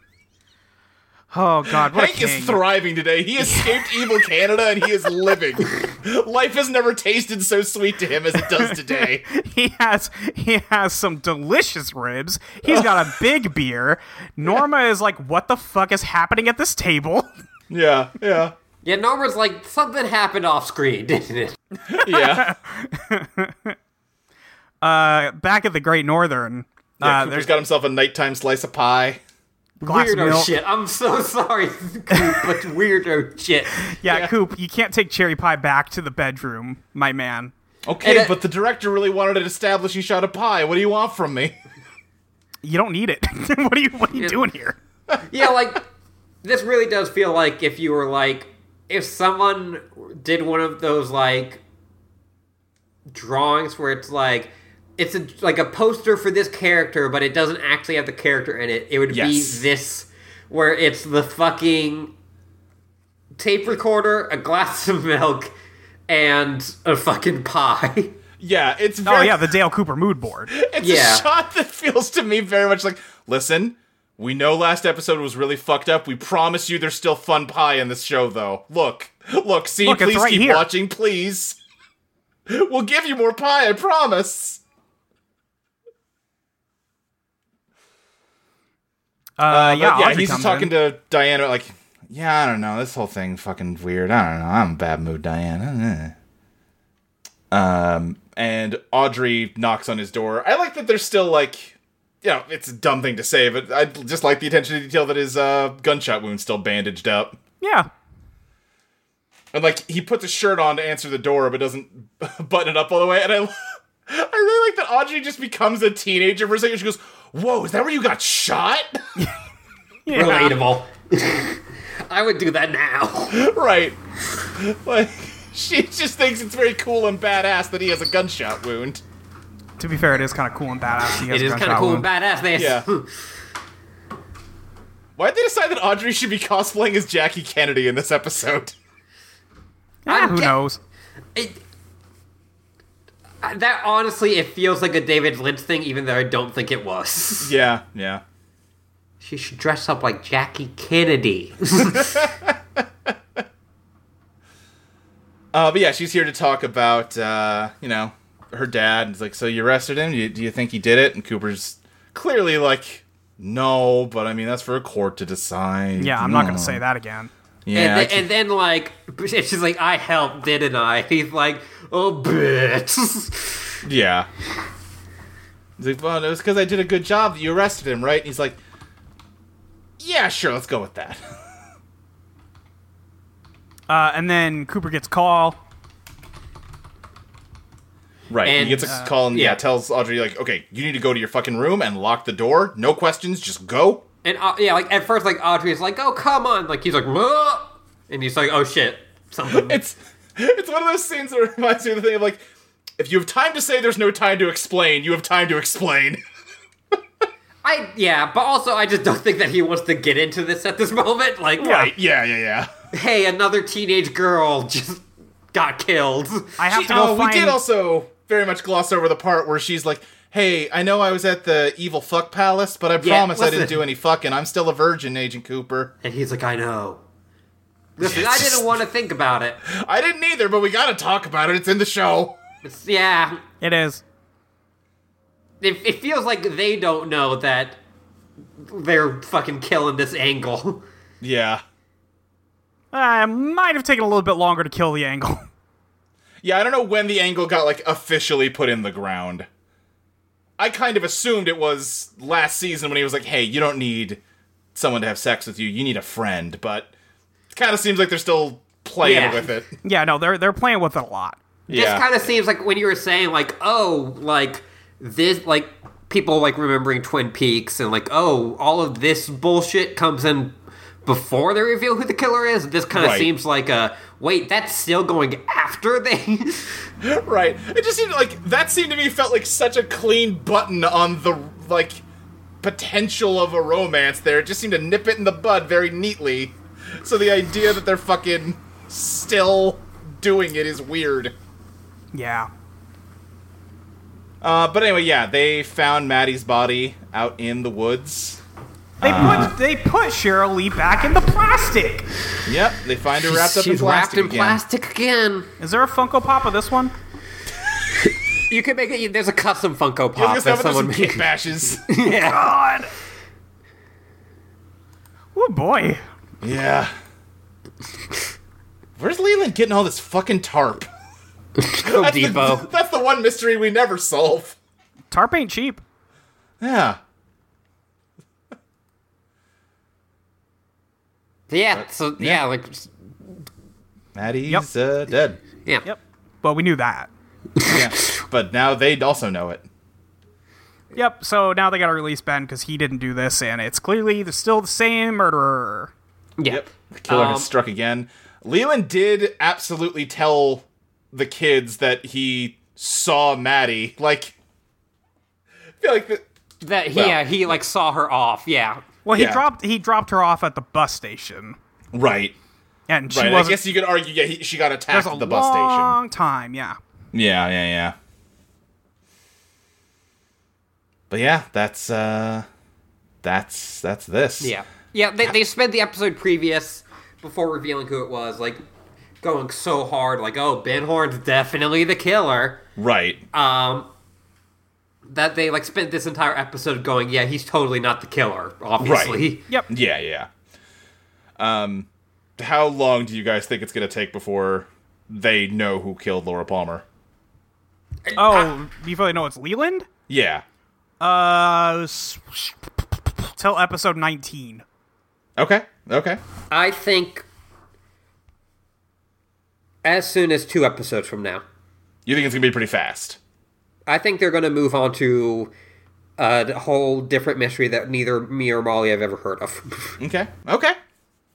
Oh God, what
Hank
a king.
is thriving today. He escaped evil Canada and he <laughs> is living. Life has never tasted so sweet to him as it does <laughs> today.
he has he has some delicious ribs. He's got <laughs> a big beer. Norma is like, "What the fuck is happening at this table?" <laughs>
Yeah, yeah,
Yeah, Norma's like, something happened off screen, didn't it?
yeah.
Uh, back at the Great Northern, uh,
yeah Cooper's
there's
got himself a nighttime slice of pie.
glass of
weirdo
milk.
shit. I'm so <laughs> sorry, Coop, but weirdo shit.
Yeah, Coop, you can't take cherry pie back to the bedroom, my man.
Okay,
And, uh,
but the director really wanted an establishing shot of pie. What do you want from me?
You don't need it. <laughs> what are you What are you doing here?
Yeah, like this really does feel like if you were like if someone did one of those like drawings where it's like it's a, like a poster for this character, but it doesn't actually have the character in it. It would
Yes.
be this where it's the fucking tape recorder, a glass of milk, and a fucking pie.
Yeah, it's
Oh
very,
yeah, Uh, the Dale Cooper mood board.
it's
Yeah.
a shot that feels to me very much like, listen, we know last episode was really fucked up. We promise you there's still fun pie in this show though. Look. Look, see,
Look, it's
please
right
keep
here.
watching, please. we'll give you more pie, I promise.
Uh, yeah,
But yeah,
Audrey
he's
comes
just talking
in.
to Diana like, yeah, I don't know, this whole thing fucking weird. I don't know, I'm in a bad mood, Diana. Eh. Um, and Audrey knocks on his door. I like that there's still like, you know, it's a dumb thing to say, but I just like the attention to detail that his uh, gunshot wound's still bandaged up.
yeah.
And like he puts a shirt on to answer the door, but doesn't <laughs> button it up all the way. And I, <laughs> I really like that Audrey just becomes a teenager for a second. She goes, "Whoa, is that where you got shot?" <laughs>
Yeah.
Relatable. <laughs> I would do that now.
right. Like she just thinks it's very cool and badass that he has a gunshot wound.
To be fair, it is kind of cool and badass. He has
It
a
is kind of
gunshot
cool
wound.
and badass. This.
Yeah.
<laughs>
Why'd they decide that Audrey should be cosplaying as Jackie Kennedy in this episode?
Yeah, who
Okay.
knows?
It, that honestly, it feels like a David Lynch thing, even though I don't think it was.
Yeah, yeah.
<laughs> She should dress up like Jackie <laughs> Kennedy.
Uh, but yeah, she's here to talk about uh, you know her dad. It's like, so you arrested him? You, do you think he did it? And Cooper's clearly like, no, but I mean that's for a court to decide.
Yeah, I'm not going to say that again.
and,
Yeah, I
then,
can't-
and then, like, she's like, I helped, didn't I? <laughs> He's like, oh, bitch. <laughs>
yeah. He's like, well, it was because I did a good job that you arrested him, right? And he's like, yeah, sure, let's go with that. <laughs>
Uh, and then Cooper gets call.
Right.
And,
he gets a call and uh, yeah.
yeah.
tells Audrey like, okay, you need to go to your fucking room and lock the door. No questions, just go.
And, uh, yeah, like, at first, like, Audrey is like, oh, come on. Like, he's like, Muh! and he's like, oh, shit. Something. <laughs>
It's it's one of those scenes that <laughs> reminds me of the thing of like, if you have time to say there's no time to explain, you have time to explain. <laughs>
I, yeah, but also, I just don't think that he wants to get into this at this <laughs> moment. Like,
Right.
yeah, yeah, yeah.
hey, another teenage girl just got killed.
I have
She-
to go
oh,
find.
we did also very much gloss over the part where she's like, "Hey, I know I was at the evil fuck palace, but I
Yeah,
promise I didn't
listen.
do any fucking. I'm still a virgin, Agent Cooper.
And he's like, I know. Listen, I didn't want to think about it.
I didn't either, but we got to talk about it. It's in the show."
It's, yeah,
it is.
it, it feels like they don't know that they're fucking killing this angle. <laughs>
Yeah.
I Uh, might have taken a little bit longer to kill the angle. <laughs>
Yeah, I don't know when the angle got like officially put in the ground. I kind of assumed it was last season when he was like, "Hey, you don't need someone to have sex with you. You need a friend." But it kind of seems like they're still playing
Yeah.
with it.
yeah, no, they're they're playing with it a lot.
This kind of seems like when you were saying like, oh, like this, like people like remembering Twin Peaks and like, oh, all of this bullshit comes in before they reveal who the killer is. This kind of
Right.
seems like a wait, that's still going after they.
right. It just seemed like that seemed to me felt like such a clean button on the like potential of a romance there. It just seemed to nip it in the bud very neatly. So the idea that they're fucking still doing it is weird.
Yeah.
Uh, but anyway, yeah, they found Maddie's body out in the woods.
They put they put Cheryl Lee back in the plastic.
Yep, they find her wrapped up in
<laughs> She's
plastic.
wrapped in
again.
plastic again.
Is there a Funko Pop of this one?
You could make it. There's a custom Funko
I
Pop
was gonna
that
stop with
someone
some
made. <laughs>
kick bashes.
<laughs> God. Oh boy.
yeah. Where's Leland getting all this fucking tarp?
Home Depot.
<laughs> That's the one mystery we never solve.
Tarp ain't cheap.
Yeah.
Yeah. So yeah, like
Yep.
Maddie's uh, dead.
yeah.
Yep. Well, we knew that.
Yeah. but now they also know it.
Yep. So now they got to release Ben because he didn't do this, and it's clearly the- still the same murderer.
Yeah.
Yep. The killer
Um,
has struck again. Leland did absolutely tell the kids that he saw Maddie. Like, I feel like the,
That he,
Well-
yeah, he like saw her off. Yeah.
Well, he
Yeah.
dropped he dropped her off at the bus station,
right,
and she
right. I
wasn't.
guess you could argue. Yeah, he, she got
there's
attacked
a
at the bus
long time. Yeah.
station. Yeah, yeah, yeah. But yeah, that's uh, that's that's this.
Yeah. Yeah, they, they spent the episode previous before revealing who it was, like going so hard, like, oh, Ben Horn's definitely the killer.
Right.
Um that they like spent this entire episode going, Yeah, he's totally not the killer, obviously.
Yep.
Yeah, yeah. Um, how long do you guys think it's gonna take before they know who killed Laura Palmer?
Oh, before they know it's Leland.
Yeah.
Uh, s- till episode nineteen.
Okay. Okay.
I think as soon as two episodes from now.
You think it's gonna be pretty fast?
I think they're gonna move on to a whole different mystery that neither me or Molly have ever heard
<laughs>
of.
Okay. Okay.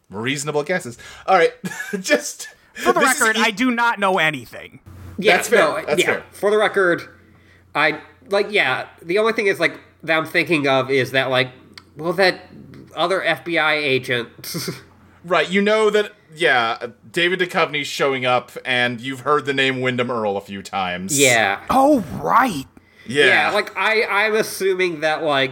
Reasonable guesses. All right. <laughs> Just
For the record, I do not know anything.
Yeah,
That's fair.
no,
That's
yeah.
fair.
For the record, I like yeah. The only thing is like that I'm thinking of is that like well that other FBI agent. <laughs>
right. You know that. Yeah, David Duchovny's showing up, and you've heard the name Wyndham Earl a few times.
yeah.
Oh right.
Yeah.
Yeah, like I I'm assuming that like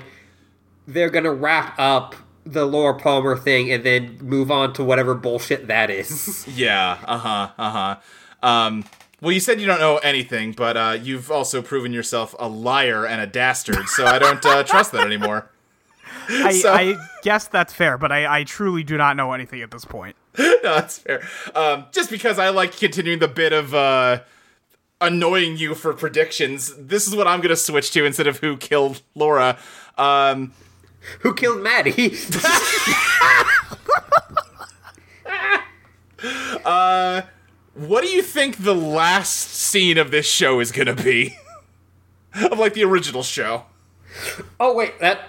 they're going to wrap up the Laura Palmer thing and then move on to whatever bullshit that is. <laughs>
Yeah. Uh huh. Uh huh. Um. Well, you said you don't know anything, but uh, you've also proven yourself a liar and a dastard, so I don't uh, trust that anymore. <laughs>
I,
So-
I guess that's fair, but I, I truly do not know anything at this point.
no, that's fair. Um, just because I like continuing the bit of uh, annoying you for predictions, this is what I'm going to switch to instead of who killed Laura. Um,
Who killed Maddie? <laughs>
what do you think the last scene of this show is going to be? <laughs> of like the original show?
oh wait, that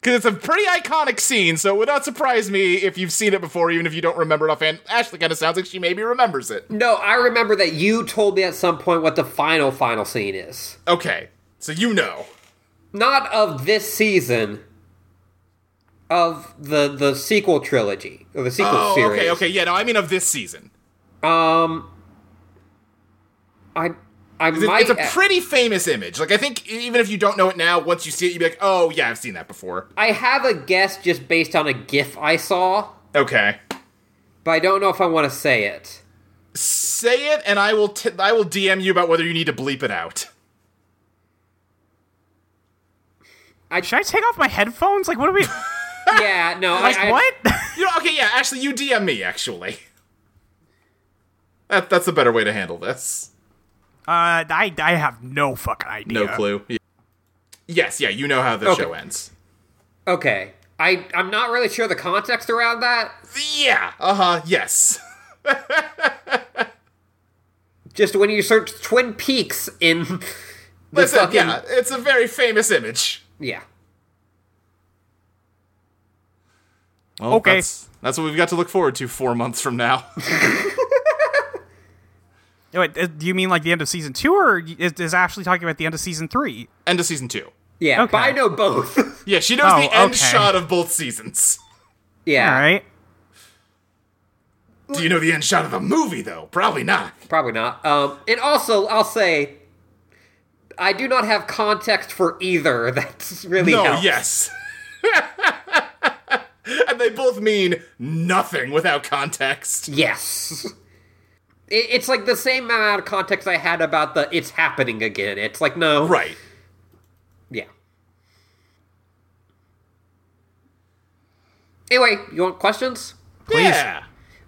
Because it's a pretty iconic scene, so it would not surprise me if you've seen it before, even if you don't remember it offhand. Ashley kind of sounds like she maybe remembers it.
no, I remember that you told me at some point what the final final scene is.
Okay, so you know.
not of this season of the the sequel trilogy or the sequel
Oh,
series.
okay, okay, yeah, no, I mean of this season.
Um, I I
It-
might
it's a pretty famous image. Like I think e, even if you don't know it now, once you see it, you'd be like, "Oh yeah, I've seen that before."
I have a guess just based on a GIF I saw,
Okay,
but I don't know if I want to say
<laughs>
it.
say it, and I will. T- I will DM you about whether you need to bleep it out.
Should I take off my headphones? Like, what are we?
yeah, no,
Like,
I, I,
what? <laughs> Uh,
You know, okay, yeah, actually, you DM me. Actually, that that's a better way to handle this.
uh, I, I have no fucking idea.
No clue. Yeah. Yes, yeah, you know how the
Okay.
show ends.
Okay, I I'm not really sure the context around that.
Yeah. Uh huh. Yes.
Just when you search Twin Peaks in <laughs> the
<laughs> Listen,
fucking
yeah, it's a very famous image.
yeah.
Well,
Okay.
That's, that's what we've got to look forward to four months from now. <laughs>
Wait, uh, do you mean like the end of season two, or is, is Ashley talking about the end of season three?
End of season two.
Yeah, but
Okay.
I know both. <laughs>
Yeah, she knows
Oh,
the end
okay.
shot of both seasons.
yeah,
All right.
Do you know the end shot of the movie, though? Probably not.
Probably not. Um, and also, I'll say, I do not have context for either. <laughs> That's really
no,
helps.
yes. <laughs> and they both mean nothing without context.
Yes. <laughs> It- It's like the same amount of context I had about the it's happening again. It's like, no.
Right.
Yeah. Anyway, you want questions?
Yeah.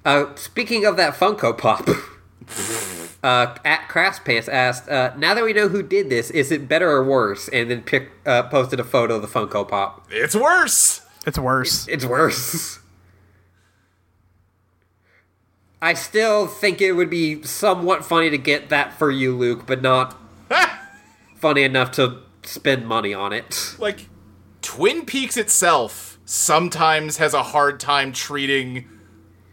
Uh, speaking of that Funko Pop, <laughs> uh, at Crashpants asked, uh, "Now that we know who did this, is it better or worse?" And then pick, uh, posted a photo of the Funko Pop.
It's worse. <laughs>
It's worse.
It's worse. <laughs> I still think it would be somewhat funny to get that for you, Luke, but not funny enough to spend money on it. <laughs>
like Twin Peaks itself sometimes has a hard time treating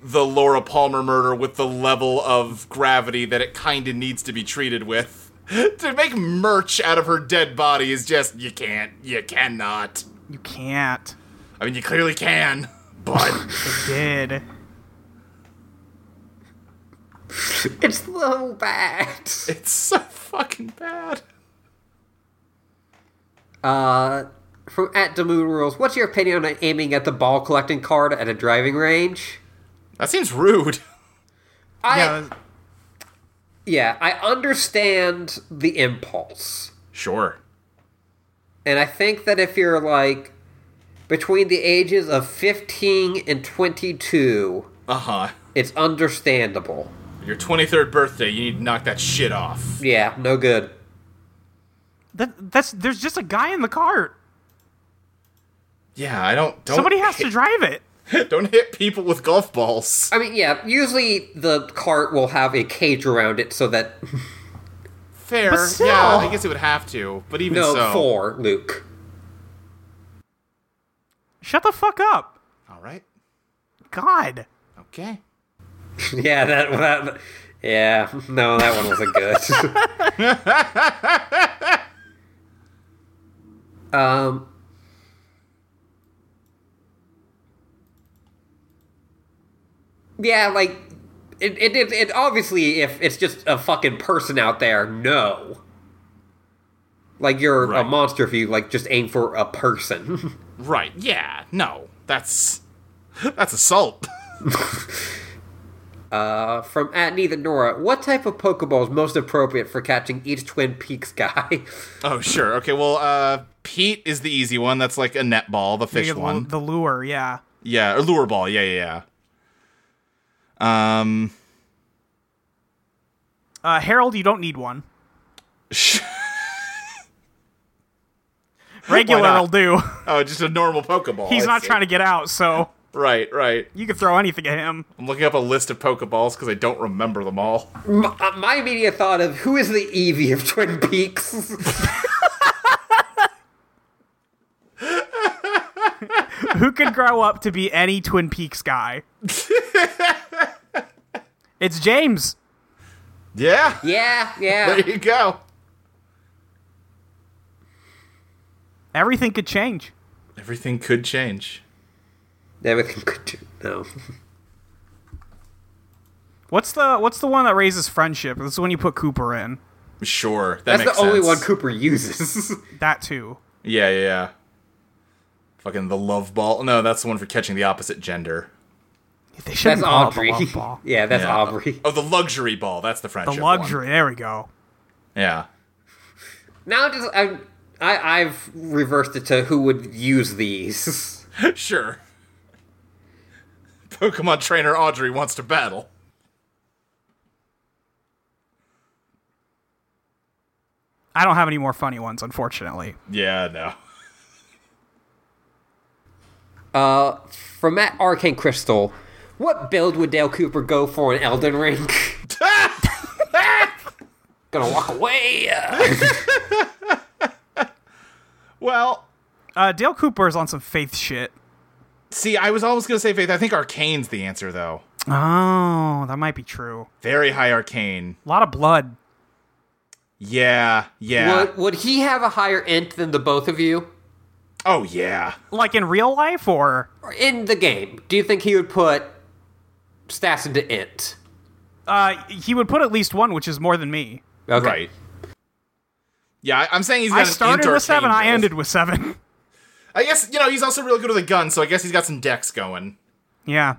the Laura Palmer murder with the level of gravity that it kind of needs to be treated with. <laughs> to make merch out of her dead body is just you can't, you cannot.
You can't.
I mean, you clearly can, <laughs>
<laughs>
but
It did.
It's so bad. <laughs>
it's so fucking bad.
Uh, From at Damoon Rules, what's your opinion on aiming at the ball collecting card at a driving range?
That seems rude. <laughs>
I,
Yeah,
yeah. I understand the impulse.
Sure.
And I think that if you're like between the ages of 15 and 22,
Uh huh.
it's understandable.
Your 23rd birthday, you need to knock that shit off.
Yeah, no good.
that, that's there's just a guy in the cart.
Yeah, I don't. don't
Somebody has to drive it.
<laughs> Don't hit people with golf balls.
I mean, yeah, usually the cart will have a cage around it so that.
Fair.
But still-
Yeah, I guess it would have to. But even
No,
so.
four, Luke.
Shut the fuck up.
All right.
God.
Okay.
<laughs> yeah, that, that. Yeah, no, that one wasn't good. <laughs> Um. Yeah, like it, it, it, it. Obviously, if it's just a fucking person out there, no. Like you're a
Right.
monster if you like just aim for a person. <laughs>
Right. Yeah. No. That's that's assault. <laughs>
Uh, from at neither Nora, what type of Pokeball is most appropriate for catching each Twin Peaks guy? <laughs>
oh sure. Okay. Well, uh, Pete is the easy one. That's like a net ball, the fish
The,
one.
the lure, yeah.
yeah, or lure ball. Yeah, yeah, yeah. Um. <laughs>
Uh, Harold, you don't need one.
Why
Regular
not?
will
<laughs>
do.
Oh, just a normal Pokeball.
He's not trying to get out, so
to. Right. Right.
you can throw anything at
<laughs>
him.
I'm looking up a list of Pokeballs because I don't remember them all. <laughs>
my, uh, my immediate thought of who is the Eevee of Twin Peaks? <laughs>
Who could grow up to be any Twin Peaks
<laughs>
guy? it's James.
Yeah.
yeah, yeah.
There you go.
Everything could change.
Everything could change.
Everything could do. No.
What's the What's the one that raises friendship? This is when you put Cooper in.
Sure, that
That's the
makes
only one
sense.
Cooper
<laughs>
uses.
That too.
yeah, yeah, yeah. Fucking the love ball. No, that's the one for catching the opposite gender.
They
That's
shouldn't call it the
Aubrey. <laughs>
love ball.
Yeah, that's
Yeah.
Aubrey.
Oh, the luxury ball. That's the
The
friendship. one.
luxury. There we go.
Yeah. <laughs>
Now just I, I I've reversed it to who would use these. <laughs>
Sure. Pokemon trainer Audrey wants to battle.
I don't have any more funny ones, unfortunately.
Yeah, no.
From Matt Arcane Crystal, what build would Dale Cooper go for in Elden
<laughs>
Ring? <laughs> Gonna walk away.
well,
Uh, Dale Cooper is on some faith shit.
see, I was almost gonna say Faith. I think Arcane's the answer, though.
Oh, that might be true.
Very high Arcane.
A lot of blood.
Yeah, yeah.
Would, would he have a higher int than the both of you
Oh, yeah.
Like in real life, or
Or in the game? Do you think he would put stats into int?
uh, he would put at least one, which is more than me.
Okay.
Right. Yeah, I- I'm saying he's got
I
an
started
int
with seven.
Arcane
I
build.
ended with seven. <laughs>
I guess you know he's also really good with a gun, so I guess he's got some decks going.
Yeah.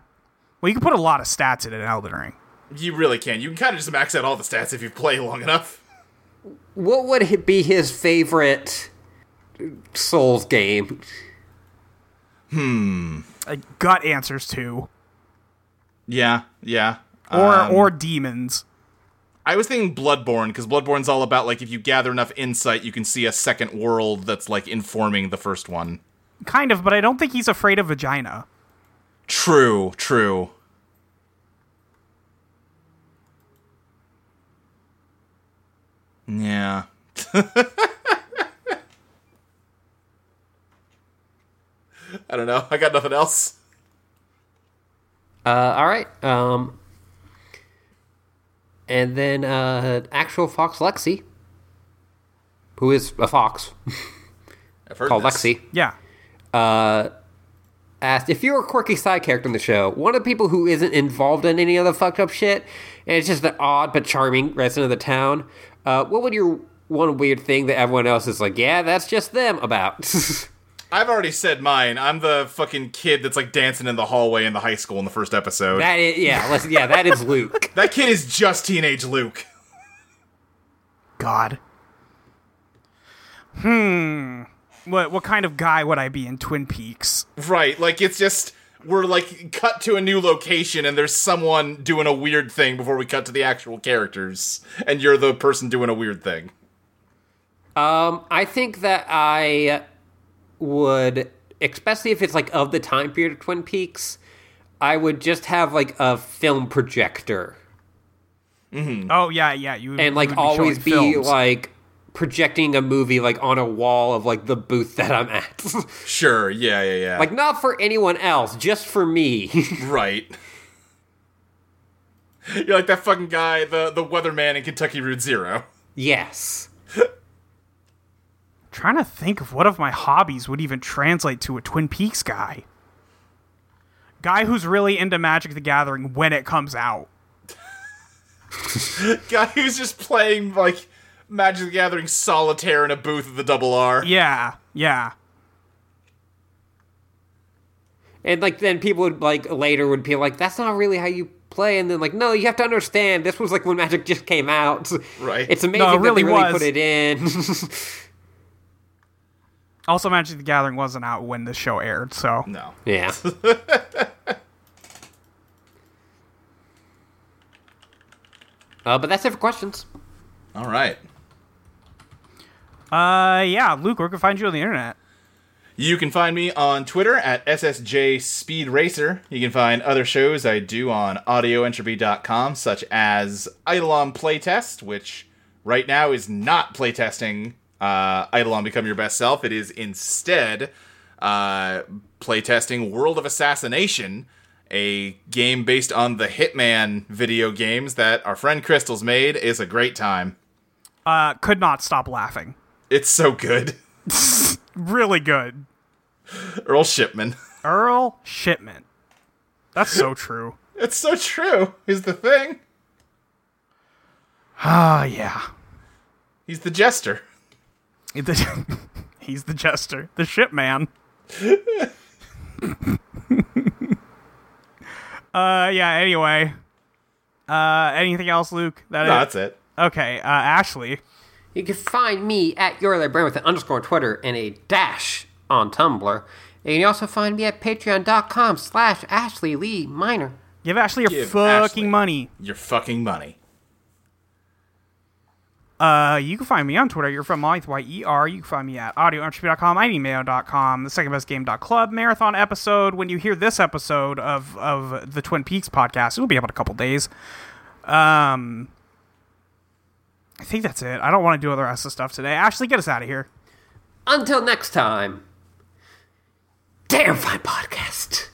Well, you can put a lot of stats in an Elden Ring.
You really can. You can kind of just max out all the stats if you play long enough.
What would it be his favorite Souls game?
Like Uh, gut answers too,
Yeah, yeah.
or
Um,
or demons.
I was thinking Bloodborne because Bloodborne's all about like if you gather enough insight, you can see a second world that's like informing the first one.
Kind of, but I don't think he's afraid of vagina.
True, true. Yeah. <laughs> I don't know. I got nothing else.
Uh, all right. Um, and then uh, actual fox Lexi, who is a fox
I've heard
called
this.
Lexi,
Yeah.
asked if you were a quirky side character in the show, one of the people who isn't involved in any of the fucked up shit, and it's just an odd but charming resident of the town. Uh, what would your one weird thing that everyone else is like, yeah, that's just them about? <laughs>
I've already said mine. I'm the fucking kid that's like dancing in the hallway in the high school in the first episode.
that is, yeah, let's, yeah, that is
<laughs>
Luke.
that kid is just teenage Luke.
God. Hmm. What what kind of guy would I be in Twin Peaks?
Right, like it's just we're like cut to a new location and there's someone doing a weird thing before we cut to the actual characters and you're the person doing a weird thing.
Um, I think that I would, especially if it's like of the time period of Twin Peaks, I would just have like a film projector
Oh yeah, yeah. You would-
and like
you would
always be
showing films.
like projecting a movie like on a wall of like the booth that I'm at. <laughs>
Sure, yeah, yeah, yeah.
like not for anyone else, just for me. <laughs>
right. You're like that fucking guy, the the weatherman in Kentucky Route Zero. <laughs>
yes.
trying to think of what of my hobbies would even translate to a Twin Peaks guy. Guy who's really into Magic the Gathering when it comes out.
Guy who's just playing like Magic the Gathering solitaire in a booth at the double R.
Yeah, yeah.
And like then people would like later would be like, that's not really how you play. And then like, no, you have to understand this was like when Magic just came
<laughs>
out.
Right.
It's amazing
No, it
that they
really
really
was.
put it in. <laughs>
Also, Magic the Gathering wasn't out when the show aired, so
No.
<laughs>
yeah. uh, but that's it for questions.
Alright.
uh, yeah. Luke, where can we find you on the internet?
You can find me on Twitter at SSJ Speed Racer. You can find other shows I do on audioentropy.com, such as Eidolon Playtest, which right now is not playtesting uh, Eidolon Become Your Best Self. It is instead uh, playtesting World of Assassination, a game based on the Hitman video games that our friend Crystal's made. It's a great time.
Uh, could not stop laughing.
It's so good. <laughs>
Really good.
Earl Shipman. <laughs>
Earl Shipman. That's so true.
It's so true, is the thing.
Ah, yeah.
He's the jester.
He's <laughs> the- He's the jester, the ship man. <laughs> uh, yeah. Anyway, uh, anything else, Luke? That
No,
it?
that's it.
okay. Uh, Ashley,
You can find me at your other brand with an underscore on Twitter and a dash on Tumblr. And you can also find me at patreon.com slash Ashley Lee Minor.
give Ashley your
Give
fucking
Ashley.
money.
Your fucking money.
Uh, you can find me on Twitter. You're from Moth, Y-E-R. You can find me at audioentropy.com, idmail.com, the second best game club marathon episode. When you hear this episode of, of the Twin Peaks podcast, it'll be up in a couple days. Um, I think that's it. I don't want to do all the rest of the stuff today. Ashley, get us out of here.
Until next time, terrifying podcast.